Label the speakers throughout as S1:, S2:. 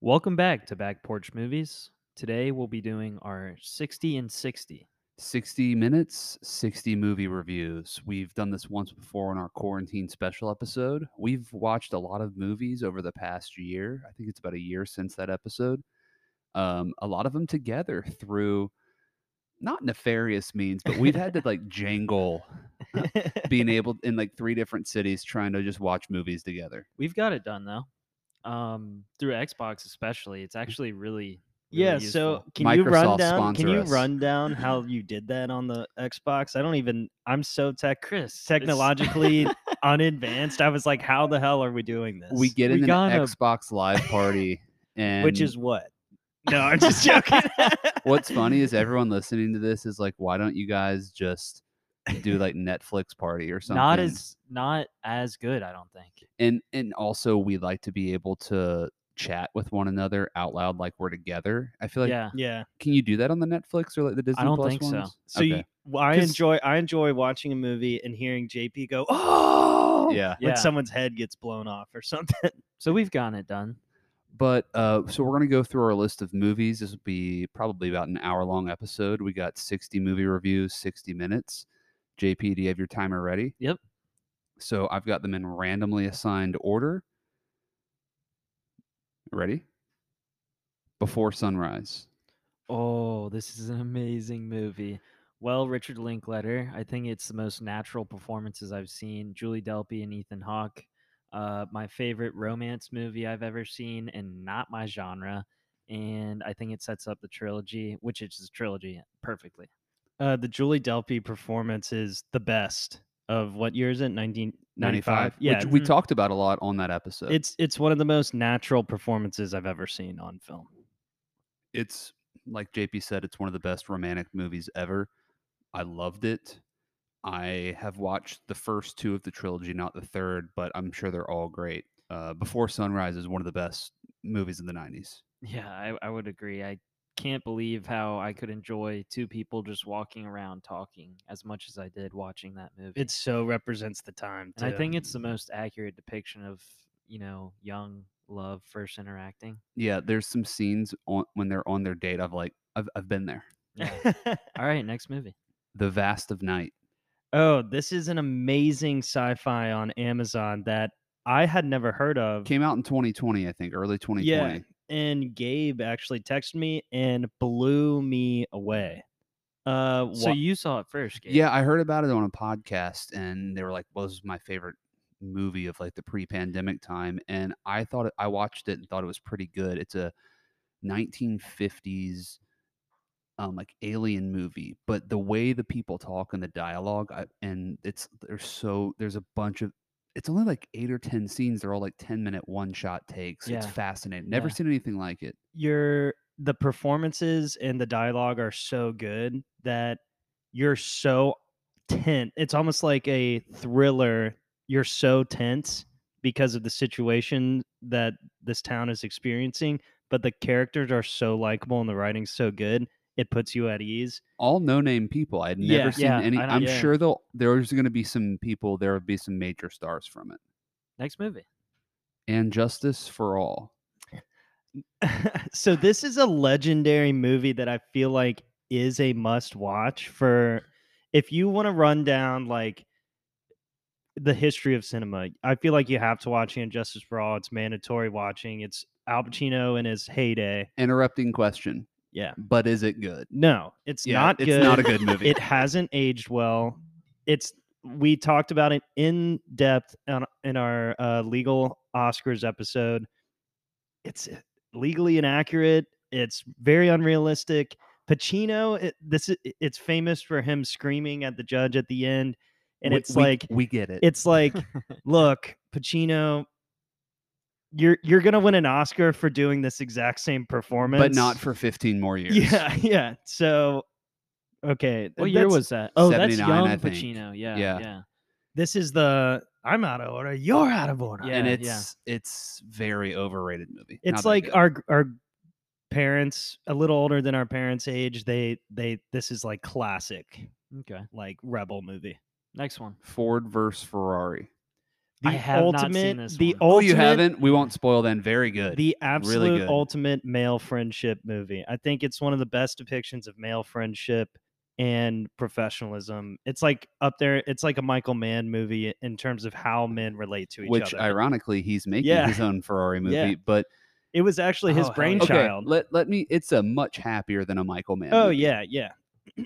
S1: Welcome back to Back Porch Movies. Today we'll be doing our 60 and 60.
S2: 60 minutes, 60 movie reviews. We've done this once before in our quarantine special episode. We've watched a lot of movies over the past year. I think it's about a year since that episode. Um, a lot of them together through not nefarious means, but we've had to like jangle being able in like three different cities trying to just watch movies together.
S1: We've got it done though. Um, through Xbox especially, it's actually really, really
S3: Mm. yeah, so
S1: useful.
S3: can you run
S2: Microsoft
S3: down? Can
S2: sponsor
S3: you
S2: us.
S3: run down how you did that on the Xbox? I don't even. I'm so tech
S1: Chris it's-
S3: technologically unadvanced. I was like, how the hell are we doing this?
S2: We get
S1: We
S2: in an
S1: gotta-
S2: Xbox Live party, and
S3: which is what? No, I'm just joking.
S2: what's funny is everyone listening to this is like, why don't you guys just do like Netflix party or something?
S1: not as not as good, I don't think.
S2: and and also we like to be able to chat with one another out loud like we're together. I feel like
S1: yeah.
S3: yeah.
S2: can you do that on the Netflix or like the Disney
S1: don't
S2: Plus
S1: think so.
S2: ones?
S3: So you,
S2: Okay.
S3: well, I
S1: 'Cause-
S3: enjoy I enjoy watching a movie and hearing JP go, oh,
S2: yeah.
S1: Yeah.
S3: like someone's head gets blown off or something.
S1: So we've gotten it done.
S2: But uh, so we're gonna go through our list of movies. This will be probably about an hour long episode. We got sixty movie reviews, sixty minutes. JP, do you have your timer ready?
S1: Yep.
S2: So I've got them in randomly assigned order. Ready? Before sunrise.
S1: Oh, this is an amazing movie. Well, Richard Linkletter, I think it's the most natural performances I've seen. Julie Delpy and Ethan Hawke, uh, my favorite romance movie I've ever seen, and not my genre. And I think it sets up the trilogy, which is a trilogy, perfectly.
S3: Uh, the Julie Delpy performance is the best of what year is it? 1995. Yeah, mm-hmm.
S2: Which we
S1: Mhm.
S2: talked about a lot on that episode.
S3: it's it's one of the most natural performances I've ever seen on film.
S2: it's like JP said, it's one of the best romantic movies ever. I loved it. I have watched the first two of the trilogy, not the third, but I'm sure they're all great. Uh, Before Sunrise is one of the best movies in the 90s.
S1: Yeah, I, I would agree. I can't believe how I could enjoy two people just walking around talking as much as I did watching that movie.
S3: It so represents the time.
S1: and I
S3: too.
S1: think it's the most accurate depiction of, you know, young love first interacting.
S2: Yeah, there's some scenes on when they're on their date. I've like, I've, I've been there.
S1: Yeah. All right, next movie.
S2: The Vast of Night.
S3: oh, this is an amazing sci-fi on Amazon that I had never heard of.
S2: Came out in 2020, I think, early 2020.
S3: Yeah, and Gabe actually texted me and blew me away. Uh,
S1: So
S3: wha-
S1: you saw it first, Gabe.
S2: Yeah, I heard about it on a podcast, and they were like, "Well, this is my favorite movie of like the pre-pandemic time," and I thought it, I watched it and thought it was pretty good. It's a 1950s um like alien movie, but the way the people talk and the dialogue, I, and it's there's so there's a bunch of it's only like eight or ten scenes. They're all like ten minute one shot takes. It's
S1: Yeah.
S2: fascinating. Never
S1: Yeah.
S2: seen anything like it.
S3: you're the performances and the dialogue are so good that you're so tense. It's almost like a thriller. You're so tense because of the situation that this town is experiencing, but the characters are so likable and the writing's so good, it puts you at ease.
S2: all no name people. I had never
S3: Yeah,
S2: seen
S1: yeah,
S2: any.
S1: I know,
S2: I'm
S3: yeah.
S2: sure there'll there's going to be some people. There will be some major stars from it.
S1: Next movie.
S2: And Justice for All.
S3: so this is a legendary movie that I feel like is a must watch for if you want to run down like the history of cinema. I feel like you have to watch Injustice for All. It's mandatory watching. It's Al Pacino in his heyday.
S2: Interrupting question,
S3: Yeah.
S2: but is it good?
S3: No, it's
S2: Yeah,
S3: not
S2: it's
S3: good.
S2: not a good movie.
S3: it hasn't aged well. It's we talked about it in depth on, in our uh, legal Oscars episode. It's uh, legally inaccurate. It's very unrealistic. Pacino, it, this i- it's famous for him screaming at the judge at the end, and
S2: We-
S3: it's
S2: we-
S3: like
S2: we get it.
S3: it's like, look, Pacino, you're you're gonna win an Oscar for doing this exact same performance,
S2: but not for 15 more years.
S3: yeah, yeah. So, okay.
S1: What year
S3: that's-
S1: was that? Oh, that's
S2: 79,
S1: young
S2: I think.
S1: Pacino. Yeah, yeah.
S2: Yeah.
S3: This is the I'm out of order. You're out of order.
S1: Yeah.
S2: and it's it's very overrated movie. Not
S3: It's
S2: that
S3: like
S2: good.
S3: our our parents, a little older than our parents' age. They they this is like classic
S1: Okay.
S3: like rebel movie. uh,
S1: Next one.
S2: Ford versus Ferrari.
S3: The
S1: I have not seen
S3: ultimate,
S1: this
S3: the
S1: one.
S2: Oh,
S3: ultimate,
S2: you haven't? We won't spoil then. Very good.
S3: the absolute
S2: good.
S3: ultimate male friendship movie. I think it's one of the best depictions of male friendship and professionalism. It's like up there. It's like a Michael Mann movie in terms of how men relate to each
S2: Which
S3: other.
S2: ironically, he's making
S3: Yeah.
S2: his own Ferrari movie,
S3: Yeah.
S2: but
S3: it was actually
S1: Oh,
S3: his
S1: hell yeah.
S3: brainchild.
S2: okay, let let me. It's a much happier than a Michael Mann.
S3: oh
S2: movie.
S3: yeah, yeah.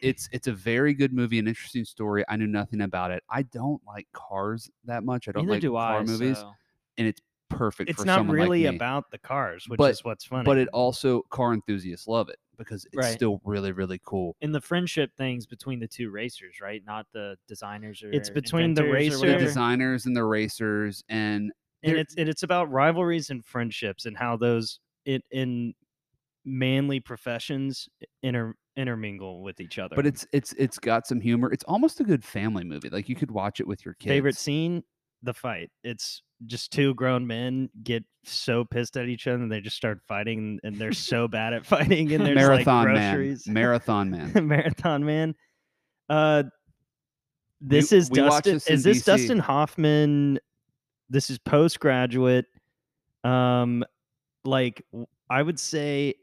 S2: it's it's a very good movie, an interesting story. I knew nothing about it. I don't like cars that much. I don't
S1: Neither
S2: like
S1: do
S2: car
S1: I.
S2: movies,
S1: so-
S2: and it's perfect.
S3: It's
S2: for
S3: not
S2: someone like
S3: really
S2: me.
S3: about the cars, which
S2: But-
S3: is what's funny.
S2: but it also car enthusiasts love it because it's
S1: Right.
S2: still really really cool.
S1: in the friendship things between the two racers, right? Not the designers or
S3: It's between
S1: inventors
S3: the
S1: or
S3: racer-
S2: The
S1: whatever.
S2: designers and the racers and
S3: and
S2: there-
S3: it's and it's about rivalries and friendships and how those it in manly professions inter intermingle with each other.
S2: but it's it's it's got some humor. It's almost a good family movie. Like you could watch it with your kids.
S3: favorite scene the fight it's just two grown men get so pissed at each other and they just start fighting and they're so bad at fighting and there's
S2: Marathon
S3: like
S2: Man.
S3: groceries
S2: Marathon Man.
S3: marathon man uh this
S2: We-
S3: is
S2: we watched
S3: dustin
S2: this in
S3: is this
S2: DC.
S3: dustin hoffman this is postgraduate um like w- i would say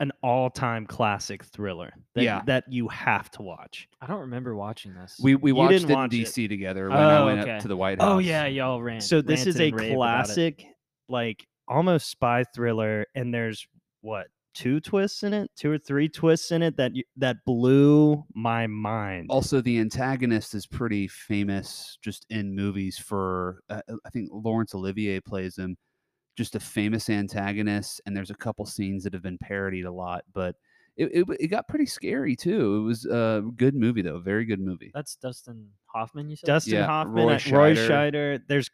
S3: an all-time classic thriller that,
S2: Yeah.
S3: that you have to watch
S1: I don't remember watching this.
S2: We we
S3: You
S2: watched it
S3: didn't
S2: in
S3: watch it.
S2: DC together when I
S1: Oh,
S2: went
S1: okay.
S2: up to the White House.
S1: oh yeah, y'all ran.
S3: So this is
S1: ranted
S3: a
S1: and raved about it.
S3: classic, like almost spy thriller, and there's what two twists in it, two or three twists in it that you, that blew my mind.
S1: Oh,
S2: Also, the antagonist is pretty famous just in movies for, uh, uh, I think Laurence Olivier plays him, just a famous antagonist. And there's a couple scenes that have been parodied a lot, but it, it, w- it got pretty scary too. It was a good movie, though. Very good movie.
S1: That's Dustin Hoffman. You said
S3: Dustin
S2: Yeah,
S3: Hoffman,
S2: Roy
S3: uh, Roy
S2: Scheider.
S3: Scheider. There's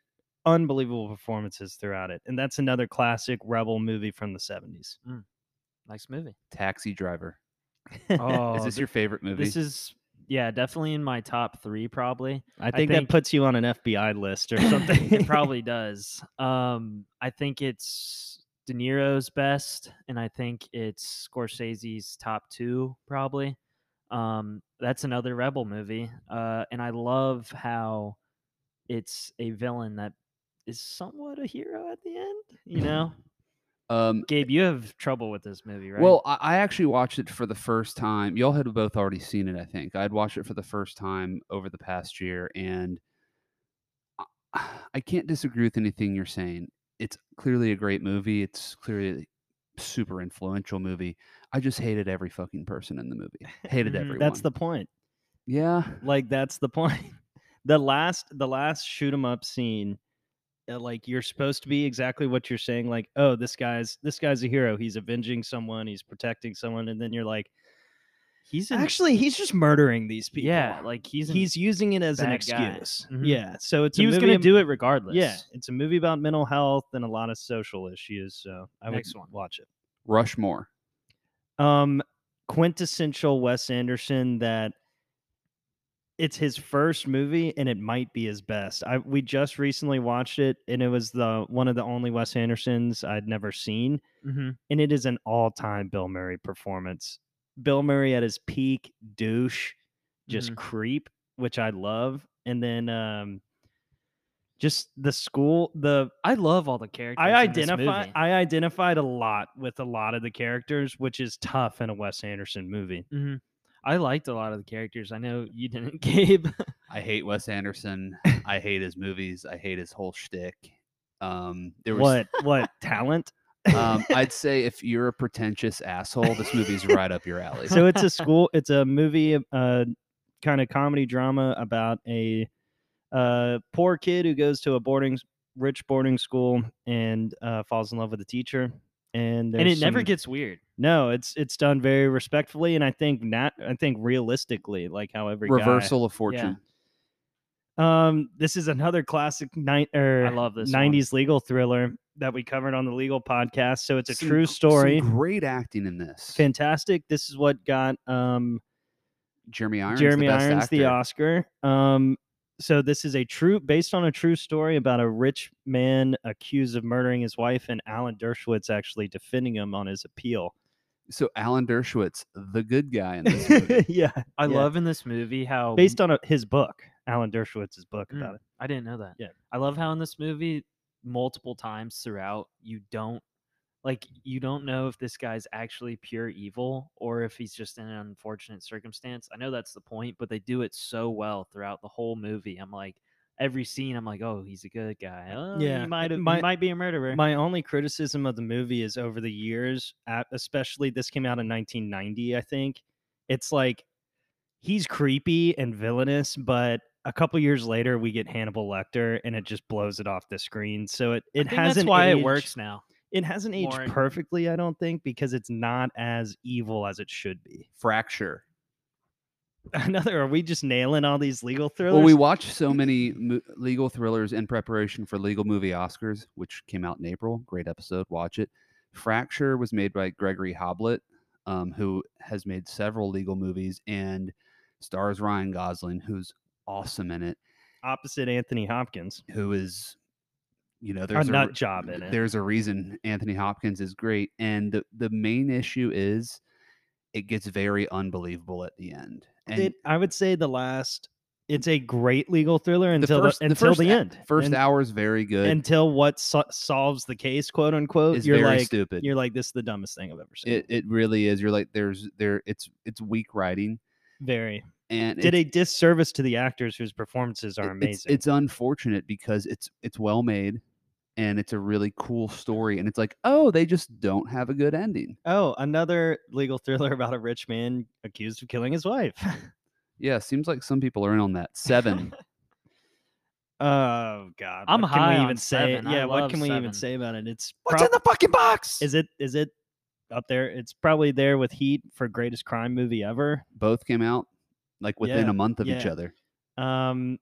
S3: unbelievable performances throughout it, and that's another classic rebel movie from the '70s.
S1: Nice movie.
S2: Taxi Driver.
S1: Oh,
S2: is this your favorite movie?
S1: This is yeah, definitely in my top three probably.
S3: I think, that
S1: think-
S3: puts you on an FBI list or something.
S1: it probably does. Um, I think it's De Niro's best, and I think it's Scorsese's top two probably. Um, that's another Rebel movie, uh, and I love how it's a villain that is somewhat a hero at the end. You
S3: Mm-hmm.
S1: know,
S2: um,
S1: Gabe, you have trouble with this movie, right?
S2: Well, I, I actually watched it for the first time. Y'all had both already seen it, I think. I'd watched it for the first time over the past year, and I, I can't disagree with anything you're saying. It's clearly a great movie. It's clearly a super influential movie. I just hated every fucking person in the movie. Hated
S1: Mhm.
S2: everyone.
S3: that's the point.
S2: yeah.
S3: like that's the point the last the last shoot 'em up scene uh, like you're supposed to be exactly what you're saying like oh this guy's this guy's a hero he's avenging someone he's protecting someone and then you're like
S1: he's in,
S3: actually he's just murdering these people
S1: yeah, like he's in,
S3: he's using it as an
S1: bad guy.
S3: excuse
S1: Mhm.
S3: yeah so it's
S1: he
S3: a
S1: was
S3: movie
S1: gonna
S3: ab-
S1: do it regardless.
S3: yeah it's a movie about mental health and a lot of social issues so i
S1: Next
S3: would
S1: one.
S3: watch it
S2: Rushmore.
S3: um quintessential Wes Anderson that it's his first movie and it might be his best. I we just recently watched it and it was the one of the only Wes Andersons I'd never seen
S1: hmm
S3: and it is an all-time Bill Murray performance. Bill Murray at his peak douche just
S1: Mhm.
S3: creep which I love and then um just the school the
S1: Mm-hmm. I love all the characters.
S3: I
S1: in this
S3: identify
S1: movie.
S3: I identified a lot with a lot of the characters, which is tough in a Wes Anderson movie.
S1: hmm I liked a lot of the characters. I know you didn't, Gabe.
S2: I hate Wes Anderson. I hate his movies. I hate his whole shtick. Um, there was
S3: What what talent?
S2: Um, I'd say if you're a pretentious asshole, this movie's right up your alley.
S3: so it's a school it's a movie uh kind of comedy drama about a uh poor kid who goes to a boarding s- rich boarding school and uh falls in love with a teacher and
S1: and it
S3: there's
S1: never
S3: some-
S1: gets weird.
S3: no it's it's done very respectfully and i think not i think realistically like how every guy-
S2: Reversal of fortune.
S3: Um, this is another classic night or
S1: I love this. one.
S3: '90s legal thriller that we covered on the legal podcast. So it's a
S2: Some
S3: true
S2: gr- some
S3: story.
S2: great acting in this.
S3: Fantastic. This is what got um,
S2: Jeremy Irons.
S3: Jeremy
S2: the best
S3: Irons the
S2: actor.
S3: Oscar. Um, so this is a true, based on a true story about a rich man accused of murdering his wife, and Alan Dershowitz actually defending him on his appeal.
S2: So Alan Dershowitz, the good guy in this movie. Oh,
S3: yeah,
S1: I
S3: yeah.
S1: love in this movie how
S3: based on a, his book, Alan Dershowitz's book
S1: Mm.
S2: Hmm.
S3: about it.
S1: I didn't know that.
S3: Yeah.
S1: I love how in this movie, multiple times throughout, you don't like you don't know if this guy's actually pure evil or if he's just in an unfortunate circumstance. I know that's the point, but they do it so well throughout the whole movie. I'm like every scene, I'm like, oh, he's a good guy. Oh,
S3: Yeah,
S1: he might have,
S3: my-
S1: he might be a murderer.
S3: My only criticism of the movie is over the years, at, especially this came out in 1990, I think. It's like he's creepy and villainous, but a couple years later we get Hannibal Lecter and it just blows it off the screen. So it
S1: I
S3: it
S1: think
S3: hasn't
S1: that's why
S3: aged,
S1: it works now.
S3: It hasn't aged
S1: more-
S3: perfectly, I don't think, because it's not as evil as it should be.
S2: Fracture.
S3: Another, are we just nailing all these legal thrillers?
S2: Well, we watched so many mo- legal thrillers in preparation for Legal Movie Oscars, which came out in April. Great episode. Watch it. Fracture was made by Gregory Hoblit, um, who has made several legal movies and stars Ryan Gosling, who's awesome in it,
S3: Opposite Anthony Hopkins,
S2: who is, you know,
S3: a
S2: there's
S3: nut
S2: re-
S3: job in it.
S2: There's a reason Anthony Hopkins is great. And the, the main issue is it gets very unbelievable at the end. And
S3: it, I would say the last. It's a great legal thriller until the,
S2: first- the
S3: until
S2: first
S3: the
S2: a-
S3: end.
S2: first
S3: And-
S2: hour is very good.
S3: until what so- solves the case, quote unquote.
S2: is
S3: you're
S2: very
S3: like,
S2: stupid.
S3: you're like, this is the dumbest thing I've ever seen.
S2: It it really is. You're like there's there it's it's weak writing
S3: Very
S2: and
S3: did
S2: it's,
S3: a disservice to the actors whose performances are
S2: it- it's,
S3: amazing.
S2: it's unfortunate because it's it's well made and it's a really cool story and it's like oh they just don't have a good ending.
S3: oh, another legal thriller about a rich man accused of killing his wife.
S2: Yeah, seems like some people are in on that. Seven.
S3: oh God,
S1: I'm
S3: what
S1: high
S3: can we
S1: on
S3: even say?
S1: Seven. I
S3: Yeah, what
S1: love
S3: can we
S1: Seven.
S3: even say about it? It's
S2: What's in
S3: prob-
S2: the fucking box?
S3: is it is it up there? It's probably there with Heat for greatest crime movie ever.
S2: Both came out like within
S3: Yeah,
S2: a month of each
S3: yeah.
S2: other.
S3: Um,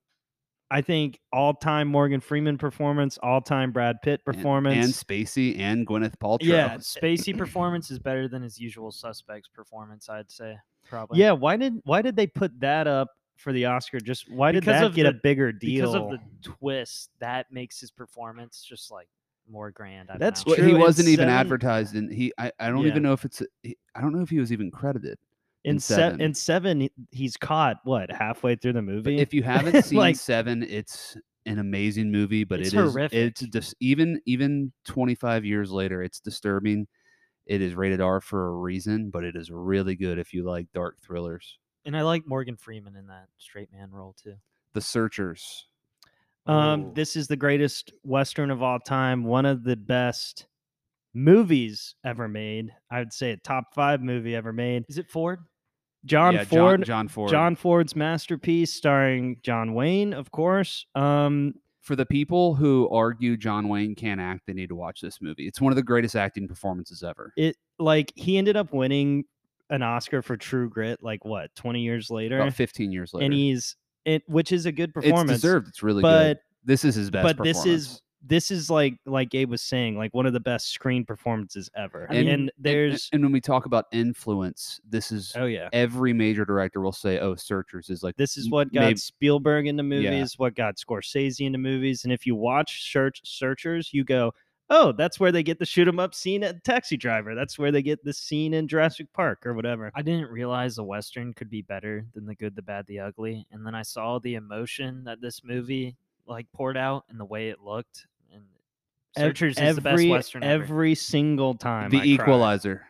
S3: I think all time Morgan Freeman performance, all time Brad Pitt
S2: And-
S3: performance.
S2: and, Spacey and Gwyneth Paltrow.
S3: Yeah,
S1: Spacey performance is better than his usual suspects performance, I'd say. Probably.
S3: yeah, why did why did they put that up for the Oscar? Just why did
S1: Because
S3: that
S1: of
S3: get a
S1: the-
S3: bigger deal?
S1: because of the twist that makes his performance just like more grand. I don't
S3: That's
S1: know.
S2: Well,
S3: true.
S2: he
S3: and
S2: wasn't even
S3: Seven-
S2: advertised, and he I, I don't
S3: Yeah.
S2: even know if it's he- I don't know if he was even credited.
S3: in
S2: in
S3: seven.
S2: Seven.
S3: In seven, he- he's caught what halfway through the
S2: But
S3: movie.
S2: if you haven't seen
S3: Like-
S2: Seven, it's an amazing movie, but
S1: It's
S2: it is-
S1: horrific.
S2: it's just even even 25 years later, it's disturbing. It is rated R for a reason, but it is really good if you like dark thrillers.
S1: and I like Morgan Freeman in that straight man role too.
S2: The Searchers.
S3: um,
S1: Ooh.
S3: this is the greatest western of all time, one of the best movies ever made. I would say a top five movie ever made.
S1: is it Ford?
S3: John
S2: Yeah,
S3: Ford,
S2: John Ford.
S3: John Ford's masterpiece, starring John Wayne, of course. Um,
S2: For the people who argue John Wayne can't act, they need to watch this movie. It's one of the greatest acting performances ever.
S3: it like he ended up winning an Oscar for True Grit, like what twenty years later,
S2: About 15 years later.
S3: and he's it, which is a good
S2: it's
S3: performance.
S2: deserved. It's really
S3: but
S2: good. This is his best
S3: but this is-
S2: performance.
S3: this is like like Gabe was saying, like one of the best screen performances ever.
S1: I
S3: and,
S1: mean-
S3: there's
S2: and when we talk about influence, this is
S3: oh yeah,
S2: every major director will say, "Oh, Searchers is like
S3: this is
S2: m-
S3: what got
S2: mayb-
S3: Spielberg into
S2: Yeah.
S3: movies, what got Scorsese into movies, and if you watch Search Searchers, you go. Oh, that's where they get the shoot 'em up scene at Taxi Driver. That's where they get the scene in Jurassic Park or whatever.
S1: I didn't realize a western could be better than the good, the bad, the ugly, and then I saw the emotion that this movie like poured out and the way it looked. And
S3: Ev-
S1: Searchers is the best western ever.
S3: Every single time,
S2: The
S3: I cried.
S2: Equalizer."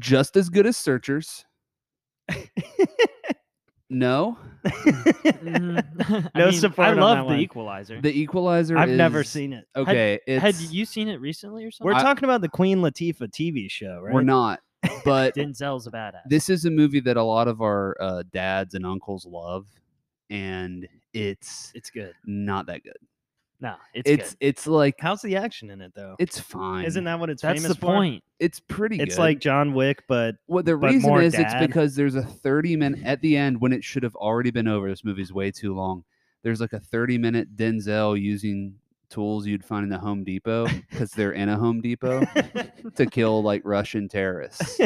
S2: Just as good as Searchers. No,
S3: Mm-hmm.
S1: Mhm. I
S3: No
S1: mean,
S3: support
S1: I
S3: on
S1: love
S3: that
S1: the
S3: one.
S1: Equalizer.
S2: The Equalizer.
S3: I've never
S2: is-
S3: seen it.
S2: Okay, it's
S1: Had you seen it recently or something?
S3: We're talking about the Queen Latifah TV show, right?
S2: we're not, but
S1: Denzel's a badass.
S2: this is a movie that a lot of our uh, dads and uncles love, and it's
S1: it's good.
S2: not that good.
S1: No, it's
S2: It's
S1: good.
S2: it's like
S3: How's the action in it though?
S2: it's fine.
S3: Isn't that what it's
S1: That's
S3: famous
S1: the
S3: for?
S1: point.
S2: It's pretty.
S3: It's
S2: good.
S3: like John Wick, but
S2: Well, the
S3: but
S2: reason
S3: more
S2: is
S3: dad.
S2: it's because there's a 30 minute at the end when it should have already been over. This movie's way too long. There's like a 30 minute Denzel using tools you'd find in the Home Depot because they're in a Home Depot to kill like Russian terrorists.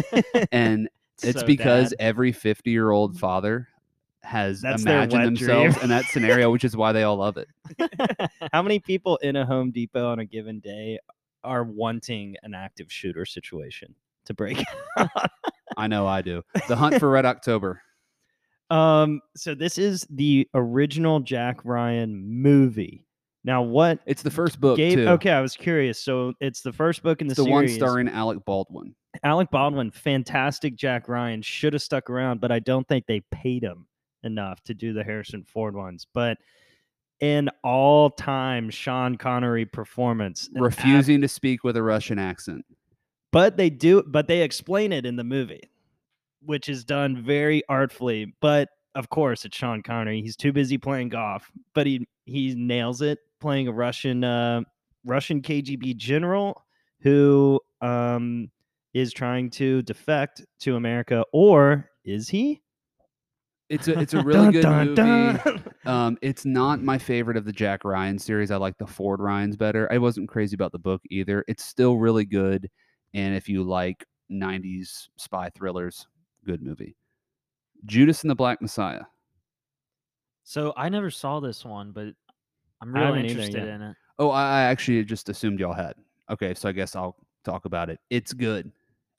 S2: And it's
S1: so
S2: because
S1: bad.
S2: every 50 year old father has
S3: That's their
S2: imagined
S3: wet dream.
S2: themselves in that scenario, which is why they all love it.
S3: how many people in a Home Depot on a given day are wanting an active shooter situation to break?
S2: I know I do. The Hunt for Red October.
S3: Um, so this is the original Jack Ryan movie. Now, what
S2: It's the first book
S3: gave?
S2: too.
S3: Okay, I was curious. So it's the first book in the,
S2: It's the one
S3: series.
S2: starring Alec Baldwin.
S3: Alec Baldwin, fantastic Jack Ryan, should have stuck around, but I don't think they paid him enough to do the Harrison Ford ones. But an all time Sean Connery performance. an ab-
S2: refusing to speak with a Russian accent.
S3: but they do, but they explain it in the movie, which is done very artfully. But of course, it's Sean Connery. He's too busy playing golf, but he he nails it playing a Russian uh, Russian KGB general who um, is trying to defect to America, or is he?
S2: It's a it's a really good
S3: Dun,
S2: movie.
S3: dun, dun.
S2: Um, it's not my favorite of the Jack Ryan series. I like the Ford Ryans better. I wasn't crazy about the book either. It's still really good, and if you like '90s spy thrillers, good movie. Judas and the Black Messiah.
S1: So I never saw this one, but I'm
S3: I
S1: really
S3: haven't either
S1: interested
S3: yet.
S1: in it.
S2: Oh, I, I actually just assumed y'all had. Okay, so I guess I'll talk about it. It's good.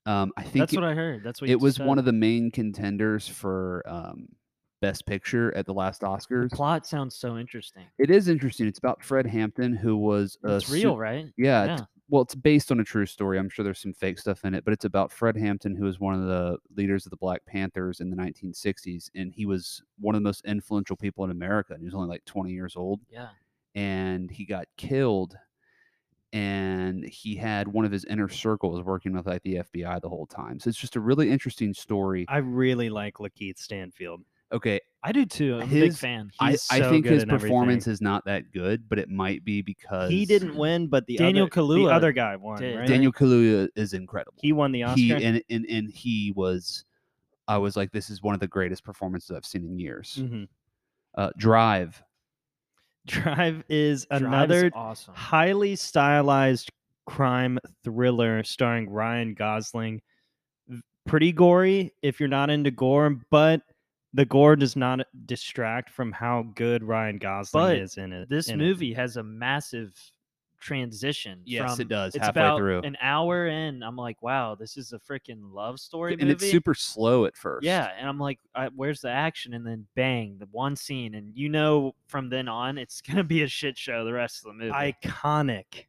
S2: Um, I think
S1: That's
S2: it-
S1: what I heard. That's what
S2: it was one of the main contenders for um, Best Picture at the last Oscars.
S1: plot sounds so interesting.
S2: It is interesting. It's about Fred Hampton, who was a
S1: It's
S2: uh, su-
S1: real, right?
S2: Yeah,
S1: Yeah.
S2: it's- well, it's based on a true story. I'm sure there's some fake stuff in it, but it's about Fred Hampton, who was one of the leaders of the Black Panthers in the 1960s, and he was one of the most influential people in America. And he was only like 20 years old,
S1: Yeah.
S2: and he got killed. And he had one of his inner circles working with like the FBI the whole time. So it's just a really interesting story.
S3: I really like Lakeith Stanfield.
S2: Okay,
S1: I do too. I'm a big
S2: His-
S1: fan.
S2: I,
S3: He's
S2: I
S3: so
S2: think
S3: good
S2: his
S3: in everything.
S2: performance is not that good, but it might be because
S3: He didn't win, but the
S1: Daniel
S3: other,
S1: Kaluuya
S3: the other guy won.
S1: did.
S3: Right?
S2: Daniel Kaluuya is incredible.
S3: he won the Oscar.
S2: He and, and and he was, I was like, this is one of the greatest performances I've seen in years.
S3: Mhm.
S2: Uh, Drive,
S3: Drive is
S1: Drive is
S3: another
S1: awesome.
S3: highly stylized crime thriller starring Ryan Gosling. V- Pretty gory if you're not into gore, but the gore does not distract from how good Ryan Gosling
S1: But
S3: is in it.
S1: This
S3: in it.
S1: movie has a massive transition.
S2: Yes,
S1: from-
S2: it does,
S1: It's
S2: halfway
S1: about
S2: through.
S1: an hour in. I'm like, wow, this is a freaking love story
S2: and
S1: movie.
S2: it's super slow at first.
S1: Yeah, and I'm like, I, where's the action? And then bang, the one scene, and you know from then on it's gonna be a shit show the rest of the movie.
S3: iconic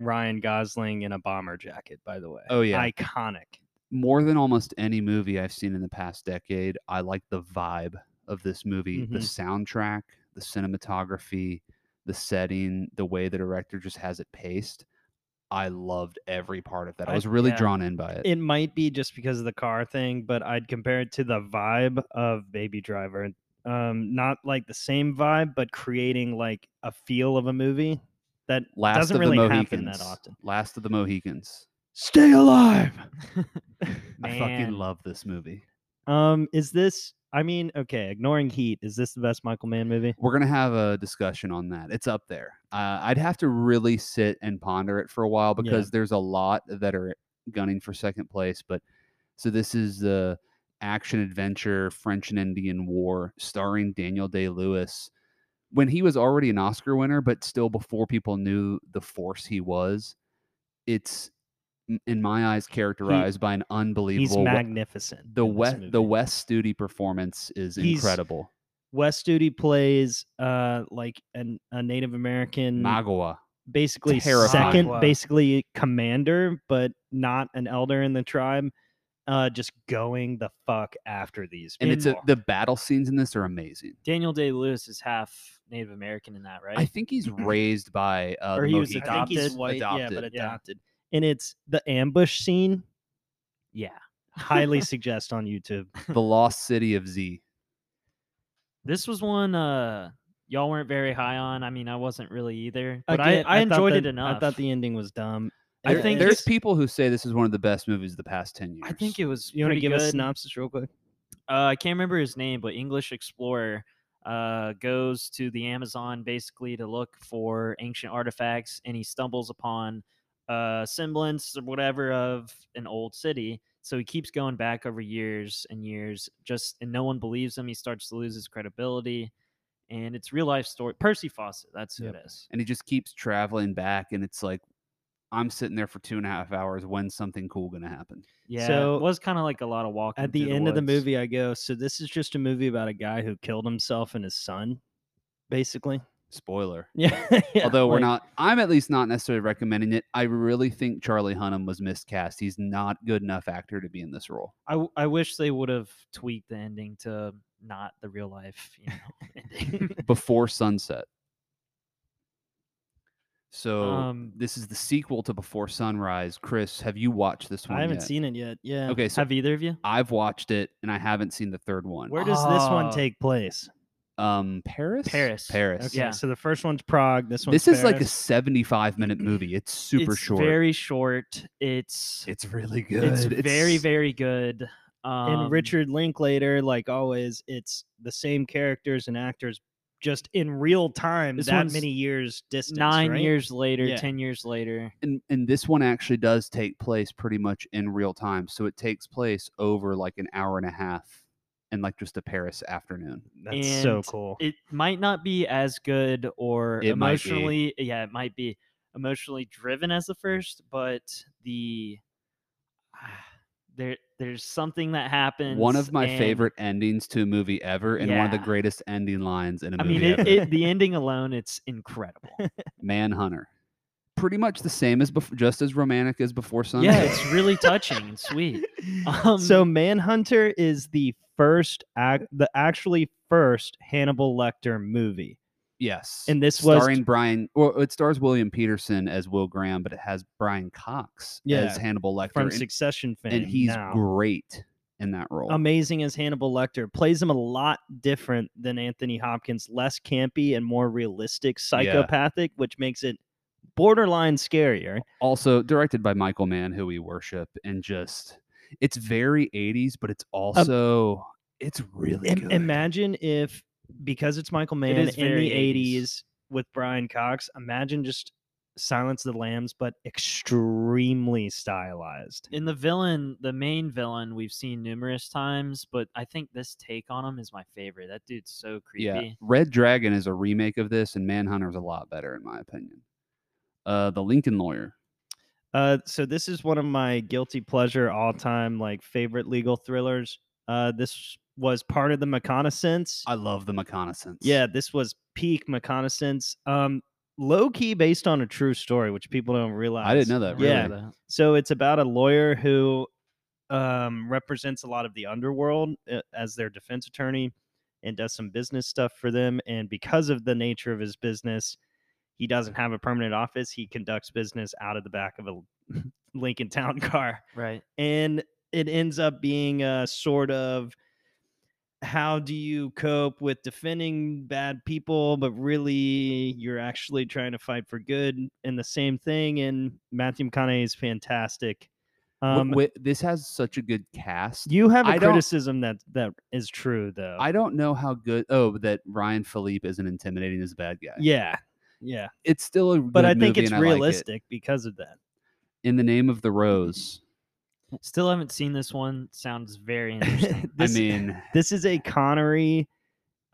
S3: Ryan Gosling in a bomber jacket, by the way.
S2: Oh, yeah.
S3: Iconic.
S2: more than almost any movie I've seen in the past decade, I like the vibe of this movie, the soundtrack, the cinematography, the setting, the way the director just has it paced. I loved every part of that. I
S1: I-
S2: was really
S1: yeah.
S2: drawn in by it.
S3: It might be just because of the car thing, but I'd compare it to the vibe of Baby Driver. Um, not like the same vibe, but creating like a feel of a movie that
S2: Last
S3: doesn't
S2: of
S3: really
S2: the
S3: happen
S2: Mohicans.
S3: that often.
S2: Last of the Mohicans.
S3: Stay alive.
S2: I fucking
S1: Man.
S2: love this movie.
S3: Um, is this? I mean, okay, ignoring Heat, is this the best Michael Mann movie?
S2: We're gonna have a discussion on that. It's up there. Uh, I'd have to really sit and ponder it for a while
S3: Yeah.
S2: because there's a lot that are gunning for second place. But so this is the action adventure French and Indian War starring Daniel Day Lewis. When he was already an Oscar winner, but still before people knew the force he was, it's m- in my eyes characterized by an
S3: He's
S2: unbelievable. we-
S3: magnificent.
S2: the
S3: in this
S2: West the
S3: movie.
S2: West Studi performance is
S3: He's-
S2: incredible.
S3: West Duty plays uh like an, a Native American,
S2: Magawa.
S3: basically
S2: terrifying.
S3: second,
S1: Wow.
S3: basically commander, but not an elder in the tribe. Uh, just going the fuck after these.
S2: and it's a,
S3: people.
S2: the battle scenes in this are amazing.
S1: Daniel Day Lewis is half Native American in that, right?
S2: I think he's raised by uh,
S1: Or
S2: the
S1: he was
S2: Mohican-
S1: adopted. I think he's
S3: white, yeah, but
S2: adopted.
S1: Yeah.
S3: adopted. And it's the ambush scene.
S1: yeah.
S3: Highly suggest on YouTube.
S2: the Lost City of Z.
S1: This was one uh y'all weren't very high on. I mean, I wasn't really either. But
S3: Again,
S1: I, I,
S3: thought
S1: enjoyed
S3: the-
S1: it enough.
S3: I thought the ending was dumb.
S1: I
S2: There-
S1: think
S2: there's
S1: it's-
S2: people who say this is one of the best movies of the past ten years.
S1: I think it was
S3: You want to
S1: pretty
S3: give
S1: good.
S3: a synopsis real quick?
S1: uh, I can't remember his name, but English explorer uh, goes to the Amazon basically to look for ancient artifacts, and he stumbles upon a semblance or whatever of an old city. So he keeps going back over years and years, just and no one believes him. He starts to lose his credibility, and it's real life story. Percy Fawcett, that's who it is.
S2: and he just keeps traveling back, and it's like I'm sitting there for two and a half hours. When's something cool gonna happen?
S1: Yeah. So
S3: So-
S1: it was kind of like a lot of walking
S3: At the
S1: through
S3: end of the
S1: woods.
S3: movie, I go, so this is just a movie about a guy who killed himself and his son, basically.
S2: Spoiler.
S3: Yeah.
S2: Although we're
S3: like-
S2: not, I'm at least not necessarily recommending it. I really think Charlie Hunnam was miscast. He's not good enough actor to be in this role.
S1: I, w- I wish they would have tweaked the ending to not the real life you know, ending.
S2: Before Sunset. So
S1: Um,
S2: this is the sequel to Before Sunrise. Chris, have you watched this one?
S3: I haven't
S2: yet?
S3: seen it yet. Yeah.
S2: Okay, so
S1: Have either of you?
S2: I've watched it and I haven't seen the third one.
S3: Where does this
S1: Ah.
S3: one take place?
S2: Um, Paris.
S1: Paris.
S2: Paris.
S3: Okay,
S1: Yeah.
S3: So the first one's Prague. This one's
S2: This is like a
S3: Paris.
S2: 75 minute movie. It's super
S1: it's
S2: short.
S1: Very short. It's
S2: it's really good.
S1: it's very very good. Um,
S3: and Richard Linklater, like always, it's the same characters and actors just in real time
S1: This
S3: that
S1: one's
S3: many years distance.
S1: Nine
S3: right?
S1: years later,
S3: Yeah.
S1: ten years later.
S2: and, and this one actually does take place pretty much in real time. So it takes place over like an hour and a half and like just a Paris afternoon.
S3: That's so
S1: and
S3: cool.
S1: It might not be as good or
S2: It might be.
S1: emotionally. Yeah, it might be emotionally driven as the first, but the ah, there there's something that happens.
S2: One of my
S1: and-
S2: favorite endings to a movie ever and one of the
S1: Yeah.
S2: greatest ending lines in a
S1: I
S2: movie
S1: mean,
S2: ever.
S1: it, it, the ending alone, it's incredible.
S2: Manhunter. Pretty much the same as before, just as romantic as Before Sunset.
S1: yeah, it's really touching and sweet. Um,
S3: so Manhunter is the first act, the actually first Hannibal Lecter movie,
S2: Yes.
S3: and this was
S2: starring Brian. Well, it stars William Peterson as Will Graham, but it has Brian Cox as
S3: Yeah,
S2: Hannibal Lecter,
S3: from
S2: and,
S3: Succession fame,
S2: and he's
S3: now.
S2: great in that role.
S3: amazing as Hannibal Lecter. Plays him a lot different than Anthony Hopkins, less campy and more realistic, psychopathic, which makes it borderline scarier.
S2: also directed by Michael Mann, who we worship, and just it's very '80s, but it's
S3: Um,
S2: also it's really
S3: Im-
S2: good.
S3: imagine if because it's Michael Mann
S1: is
S3: in
S1: very
S3: the
S1: 80s.
S3: 80s. with Brian Cox, imagine just Silence of the Lambs but extremely stylized.
S1: in the villain, the main villain, we've seen numerous times, but I think this take on him is my favorite. That dude's so creepy.
S2: yeah, Red Dragon is a remake of this, and Manhunter is a lot better in my opinion. Uh, the Lincoln Lawyer.
S3: Uh so this is one of my guilty pleasure all-time like favorite legal thrillers. Uh this was part of the reconnaissance.
S2: I love the reconnaissance.
S3: Yeah, this was peak reconnaissance. Um low key based on a true story which people don't realize.
S2: I didn't know that. Really.
S3: Yeah. So it's about a lawyer who um, represents a lot of the underworld uh, as their defense attorney and does some business stuff for them. And because of the nature of his business, he doesn't have a permanent office. He conducts business out of the back of a Lincoln Town car.
S1: Right.
S3: And it ends up being a sort of how do you cope with defending bad people, but really you're actually trying to fight for good and the same thing. And Matthew McConaughey is fantastic.
S2: Wi-
S3: Um,
S2: wi- this has such a good cast.
S3: you have
S2: I
S3: a
S2: don't-
S3: criticism that that is true though.
S2: I don't know how good. Oh, that Ryan Philippe isn't intimidating as a bad guy.
S3: yeah, yeah,
S2: it's still a.
S3: but
S2: good
S3: I think
S2: movie
S3: it's
S2: and like it.
S3: realistic because of that.
S2: In the name of the rose.
S1: Still haven't seen this one. Sounds very interesting.
S2: I
S3: This-
S2: mean,
S3: This is a Connery,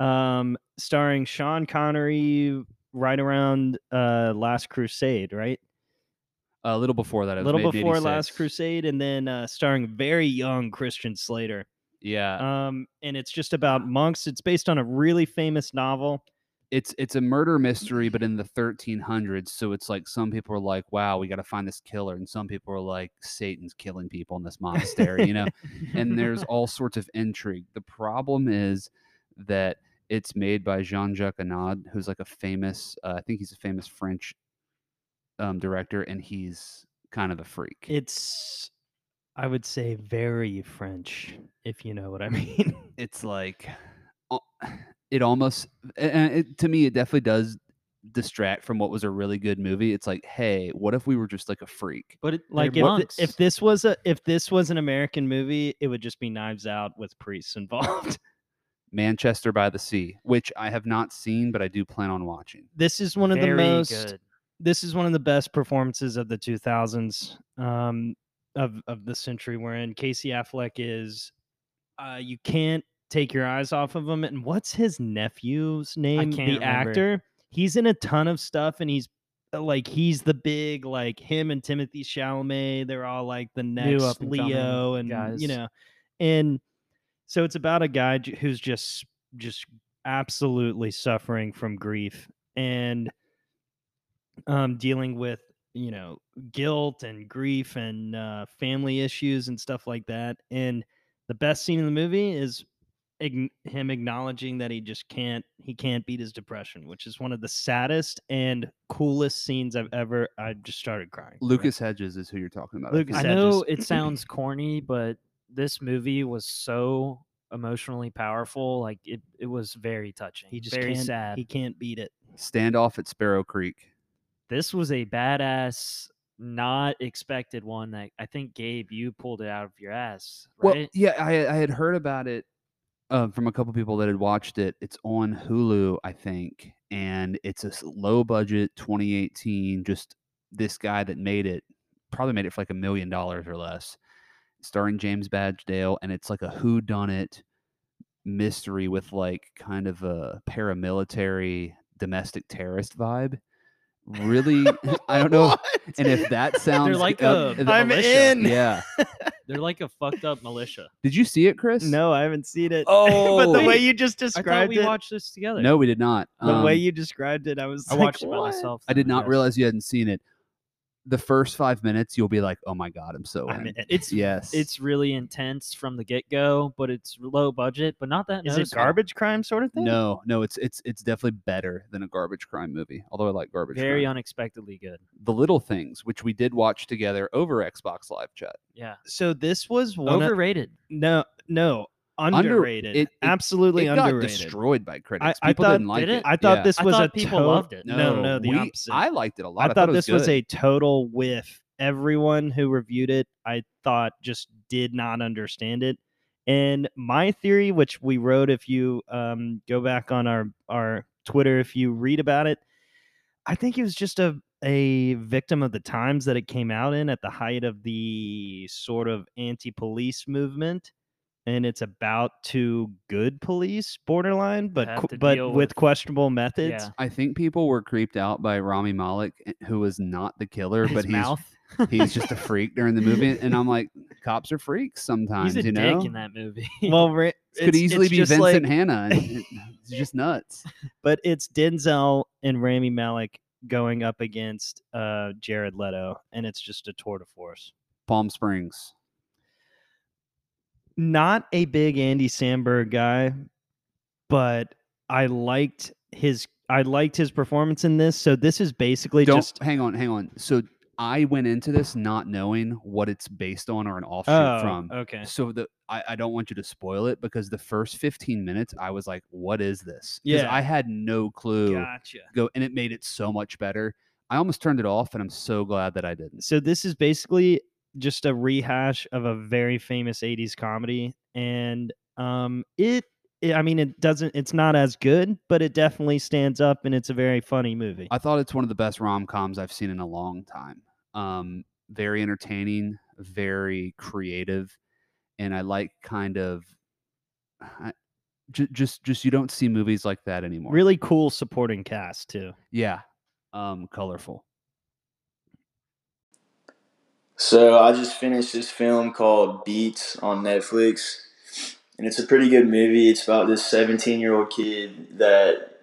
S3: um, starring Sean Connery, right around uh, Last Crusade, right?
S2: a little before that. It
S3: a
S2: was
S3: little
S2: made in
S3: before Last
S2: 86.
S3: Crusade, and then uh, starring very young Christian Slater.
S2: Yeah,
S3: Um, and it's just about monks. It's based on a really famous novel.
S2: it's it's a murder mystery, but in the 1300s. So it's like some people are like, "Wow, we got to find this killer," and some people are like, "Satan's killing people in this monastery," you know. and there's all sorts of intrigue. The problem is that it's made by Jean-Jacques Annaud, who's like a famous, uh, I think he's a famous French um, director, and he's kind of a freak.
S3: It's, I would say, very French, if you know what I mean.
S2: it's like al- it almost a- and it, to me it definitely does distract from what was a really good movie it's like hey what if we were just like a freak
S1: but it,
S3: like
S1: like
S3: if, th-
S1: monks.
S3: if this was a if this was an American movie, it would just be Knives Out with priests involved.
S2: manchester by the sea which i have not seen but i do plan on watching
S3: this is one of
S1: very
S3: the most.
S1: good.
S3: this is one of the best performances of the 2000s um, of of the century we're in. Casey Affleck is uh, you can't take your eyes off of him. And what's his nephew's name?
S1: can't
S3: the
S1: remember.
S3: actor. He's in a ton of stuff, and he's like he's the big like him and Timothy Chalamet. They're all like the next
S1: up-and-coming
S3: Leo and
S1: guys.
S3: you know, and so it's about a guy j- who's just just absolutely suffering from grief and um dealing with you know guilt and grief and uh, family issues and stuff like that. And the best scene in the movie is ign him acknowledging that he just can't he can't beat his depression, which is one of the saddest and coolest scenes I've ever. I just started crying.
S2: Lucas Hedges is who you're talking about. I
S3: Lucas
S1: I
S2: think.
S3: Hedges.
S1: know it sounds corny, but this movie was so emotionally powerful. Like it, it was very touching.
S3: He just
S1: very
S3: can't,
S1: sad.
S3: He can't beat it.
S2: Standoff at Sparrow Creek.
S1: This was a badass, not expected one that I think Gabe, you pulled it out of your ass, right?
S2: Well, yeah, I, I had heard about it uh, from a couple people that had watched it. It's on Hulu, I think, and it's a s- low budget 2018. Just this guy that made it probably made it for like a million dollars or less, starring James Badgedale, and it's like a who done it mystery with like kind of a paramilitary domestic terrorist vibe. Really, I don't know.
S3: What?
S2: And if that sounds
S1: They're like
S2: uh,
S1: the
S2: uh,
S3: I'm
S1: militia.
S3: in.
S2: yeah,
S1: They're like a fucked up militia.
S2: did you see it, Chris?
S3: no, I haven't seen it. but the
S2: Oh.
S3: way you just
S1: I thought
S3: described
S1: we
S3: it,
S1: watched this together.
S2: No, we did not.
S3: the way
S2: Um,
S3: you described it, I was.
S1: I
S3: like,
S1: watched it by
S3: "What?"
S1: myself.
S2: I
S1: then,
S2: did not
S1: guess.
S2: realize you hadn't seen it. The first five minutes, you'll be like, "Oh my god, I'm so
S3: I'm
S2: in."
S3: in.
S1: It's
S2: Yes,
S1: it's really intense from the get go, but it's low budget, but not that.
S3: Is it
S1: noticeable.
S3: garbage crime sort of thing?
S2: no, no, it's it's it's definitely better than a garbage crime movie. Although I like garbage.
S1: Very
S2: crime.
S1: unexpectedly good.
S2: the little things, which we did watch together over Xbox Live Chat.
S1: Yeah,
S3: So this was one. Of,
S1: overrated.
S3: no, no,
S2: Under-
S3: underrated.
S2: it- it-
S3: absolutely
S2: it
S3: underrated.
S2: got destroyed by critics.
S3: I
S2: People
S3: thought-
S2: didn't like
S1: did it?
S2: it.
S3: I thought
S2: Yeah.
S3: this
S1: I
S3: was
S1: thought
S3: a
S1: people
S3: to-
S1: loved it.
S3: No, no, the
S2: we-
S3: opposite.
S2: I liked it a lot.
S3: I thought
S2: it
S3: this was
S2: good.
S3: a total whiff. Everyone who reviewed it, I thought, just did not understand it. And my theory, which we wrote, if you um, go back on our our Twitter, if you read about it, I think it was just a a victim of the times that it came out in at the height of the sort of anti-police movement and it's about two good police borderline but
S1: Have
S3: qu-
S1: to
S3: but
S1: deal
S3: with,
S1: with-
S3: questionable methods
S1: Yeah.
S2: I think people were creeped out by Rami Malek, eh, who was not the killer,
S1: His
S2: but he's
S1: mouth.
S2: he's just a freak during the movie. And I'm like, cops are freaks sometimes.
S1: He's a
S2: you
S1: dick
S2: know,
S1: in that movie.
S3: well ra-
S2: This could
S3: it's-
S2: easily
S3: it's
S2: be
S3: just
S2: Vincent
S3: like-
S2: Hanna. and it- It's just nuts.
S3: but it's Denzel and Rami Malek going up against uh, Jared Leto, and it's just a tour de force.
S2: Palm Springs.
S3: Not a big Andy Samberg guy, but I liked his I liked his performance in this. So this is basically
S2: Don't
S3: just
S2: hang on, hang on. So I went into this not knowing what it's based on or an offshoot
S3: oh,
S2: from.
S3: okay.
S2: So the I, I don't want you to spoil it because the first 15 minutes I was like, what is this? 'Cause
S3: Yeah.
S2: I had no clue.
S3: Gotcha.
S2: Go and it made it so much better. I almost turned it off, and I'm so glad that I didn't.
S3: So this is basically just a rehash of a very famous 80s comedy and um it, it I mean it doesn't it's not as good, but it definitely stands up and it's a very funny movie.
S2: I thought it's one of the best rom coms I've seen in a long time. Um, very entertaining, very creative, and I like kind of I, ju- just just you don't see movies like that anymore.
S3: Really cool supporting cast too.
S2: Yeah. Um, colorful.
S4: So I just finished this film called Beats on Netflix, and it's a pretty good movie. It's about this 17 year old kid that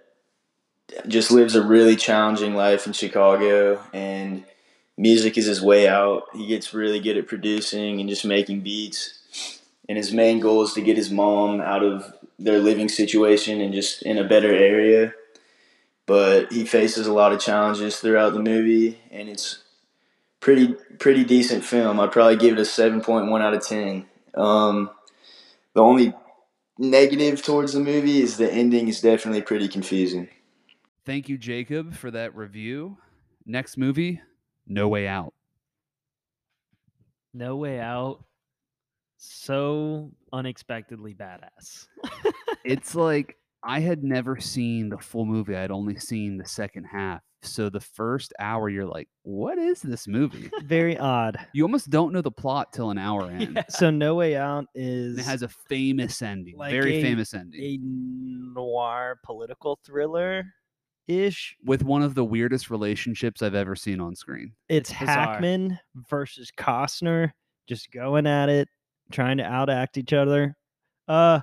S4: just lives a really challenging life in Chicago, and music is his way out. He gets really good at producing and just making beats, and his main goal is to get his mom out of their living situation and just in a better area. But he faces a lot of challenges throughout the movie, and it's pretty pretty decent film. I'd probably give it a seven point one out of ten. Um, the only negative towards the movie is the ending is definitely pretty confusing.
S2: Thank you, Jacob, for that review. Next movie, No Way Out.
S1: no way out. So unexpectedly badass.
S2: It's like I had never seen the full movie. I had only seen the second half. So the first hour, you're like, "What is this movie?"
S3: Very odd.
S2: You almost don't know the plot till an hour in.
S3: So No Way Out is
S2: and it has a famous ending,
S3: like
S2: very
S3: a-
S2: famous ending.
S3: a noir political thriller ish.
S2: with one of the weirdest relationships I've ever seen on screen.
S3: It's,
S1: It's bizarre.
S3: Hackman versus Costner, just going at it, trying to outact each other. Uh,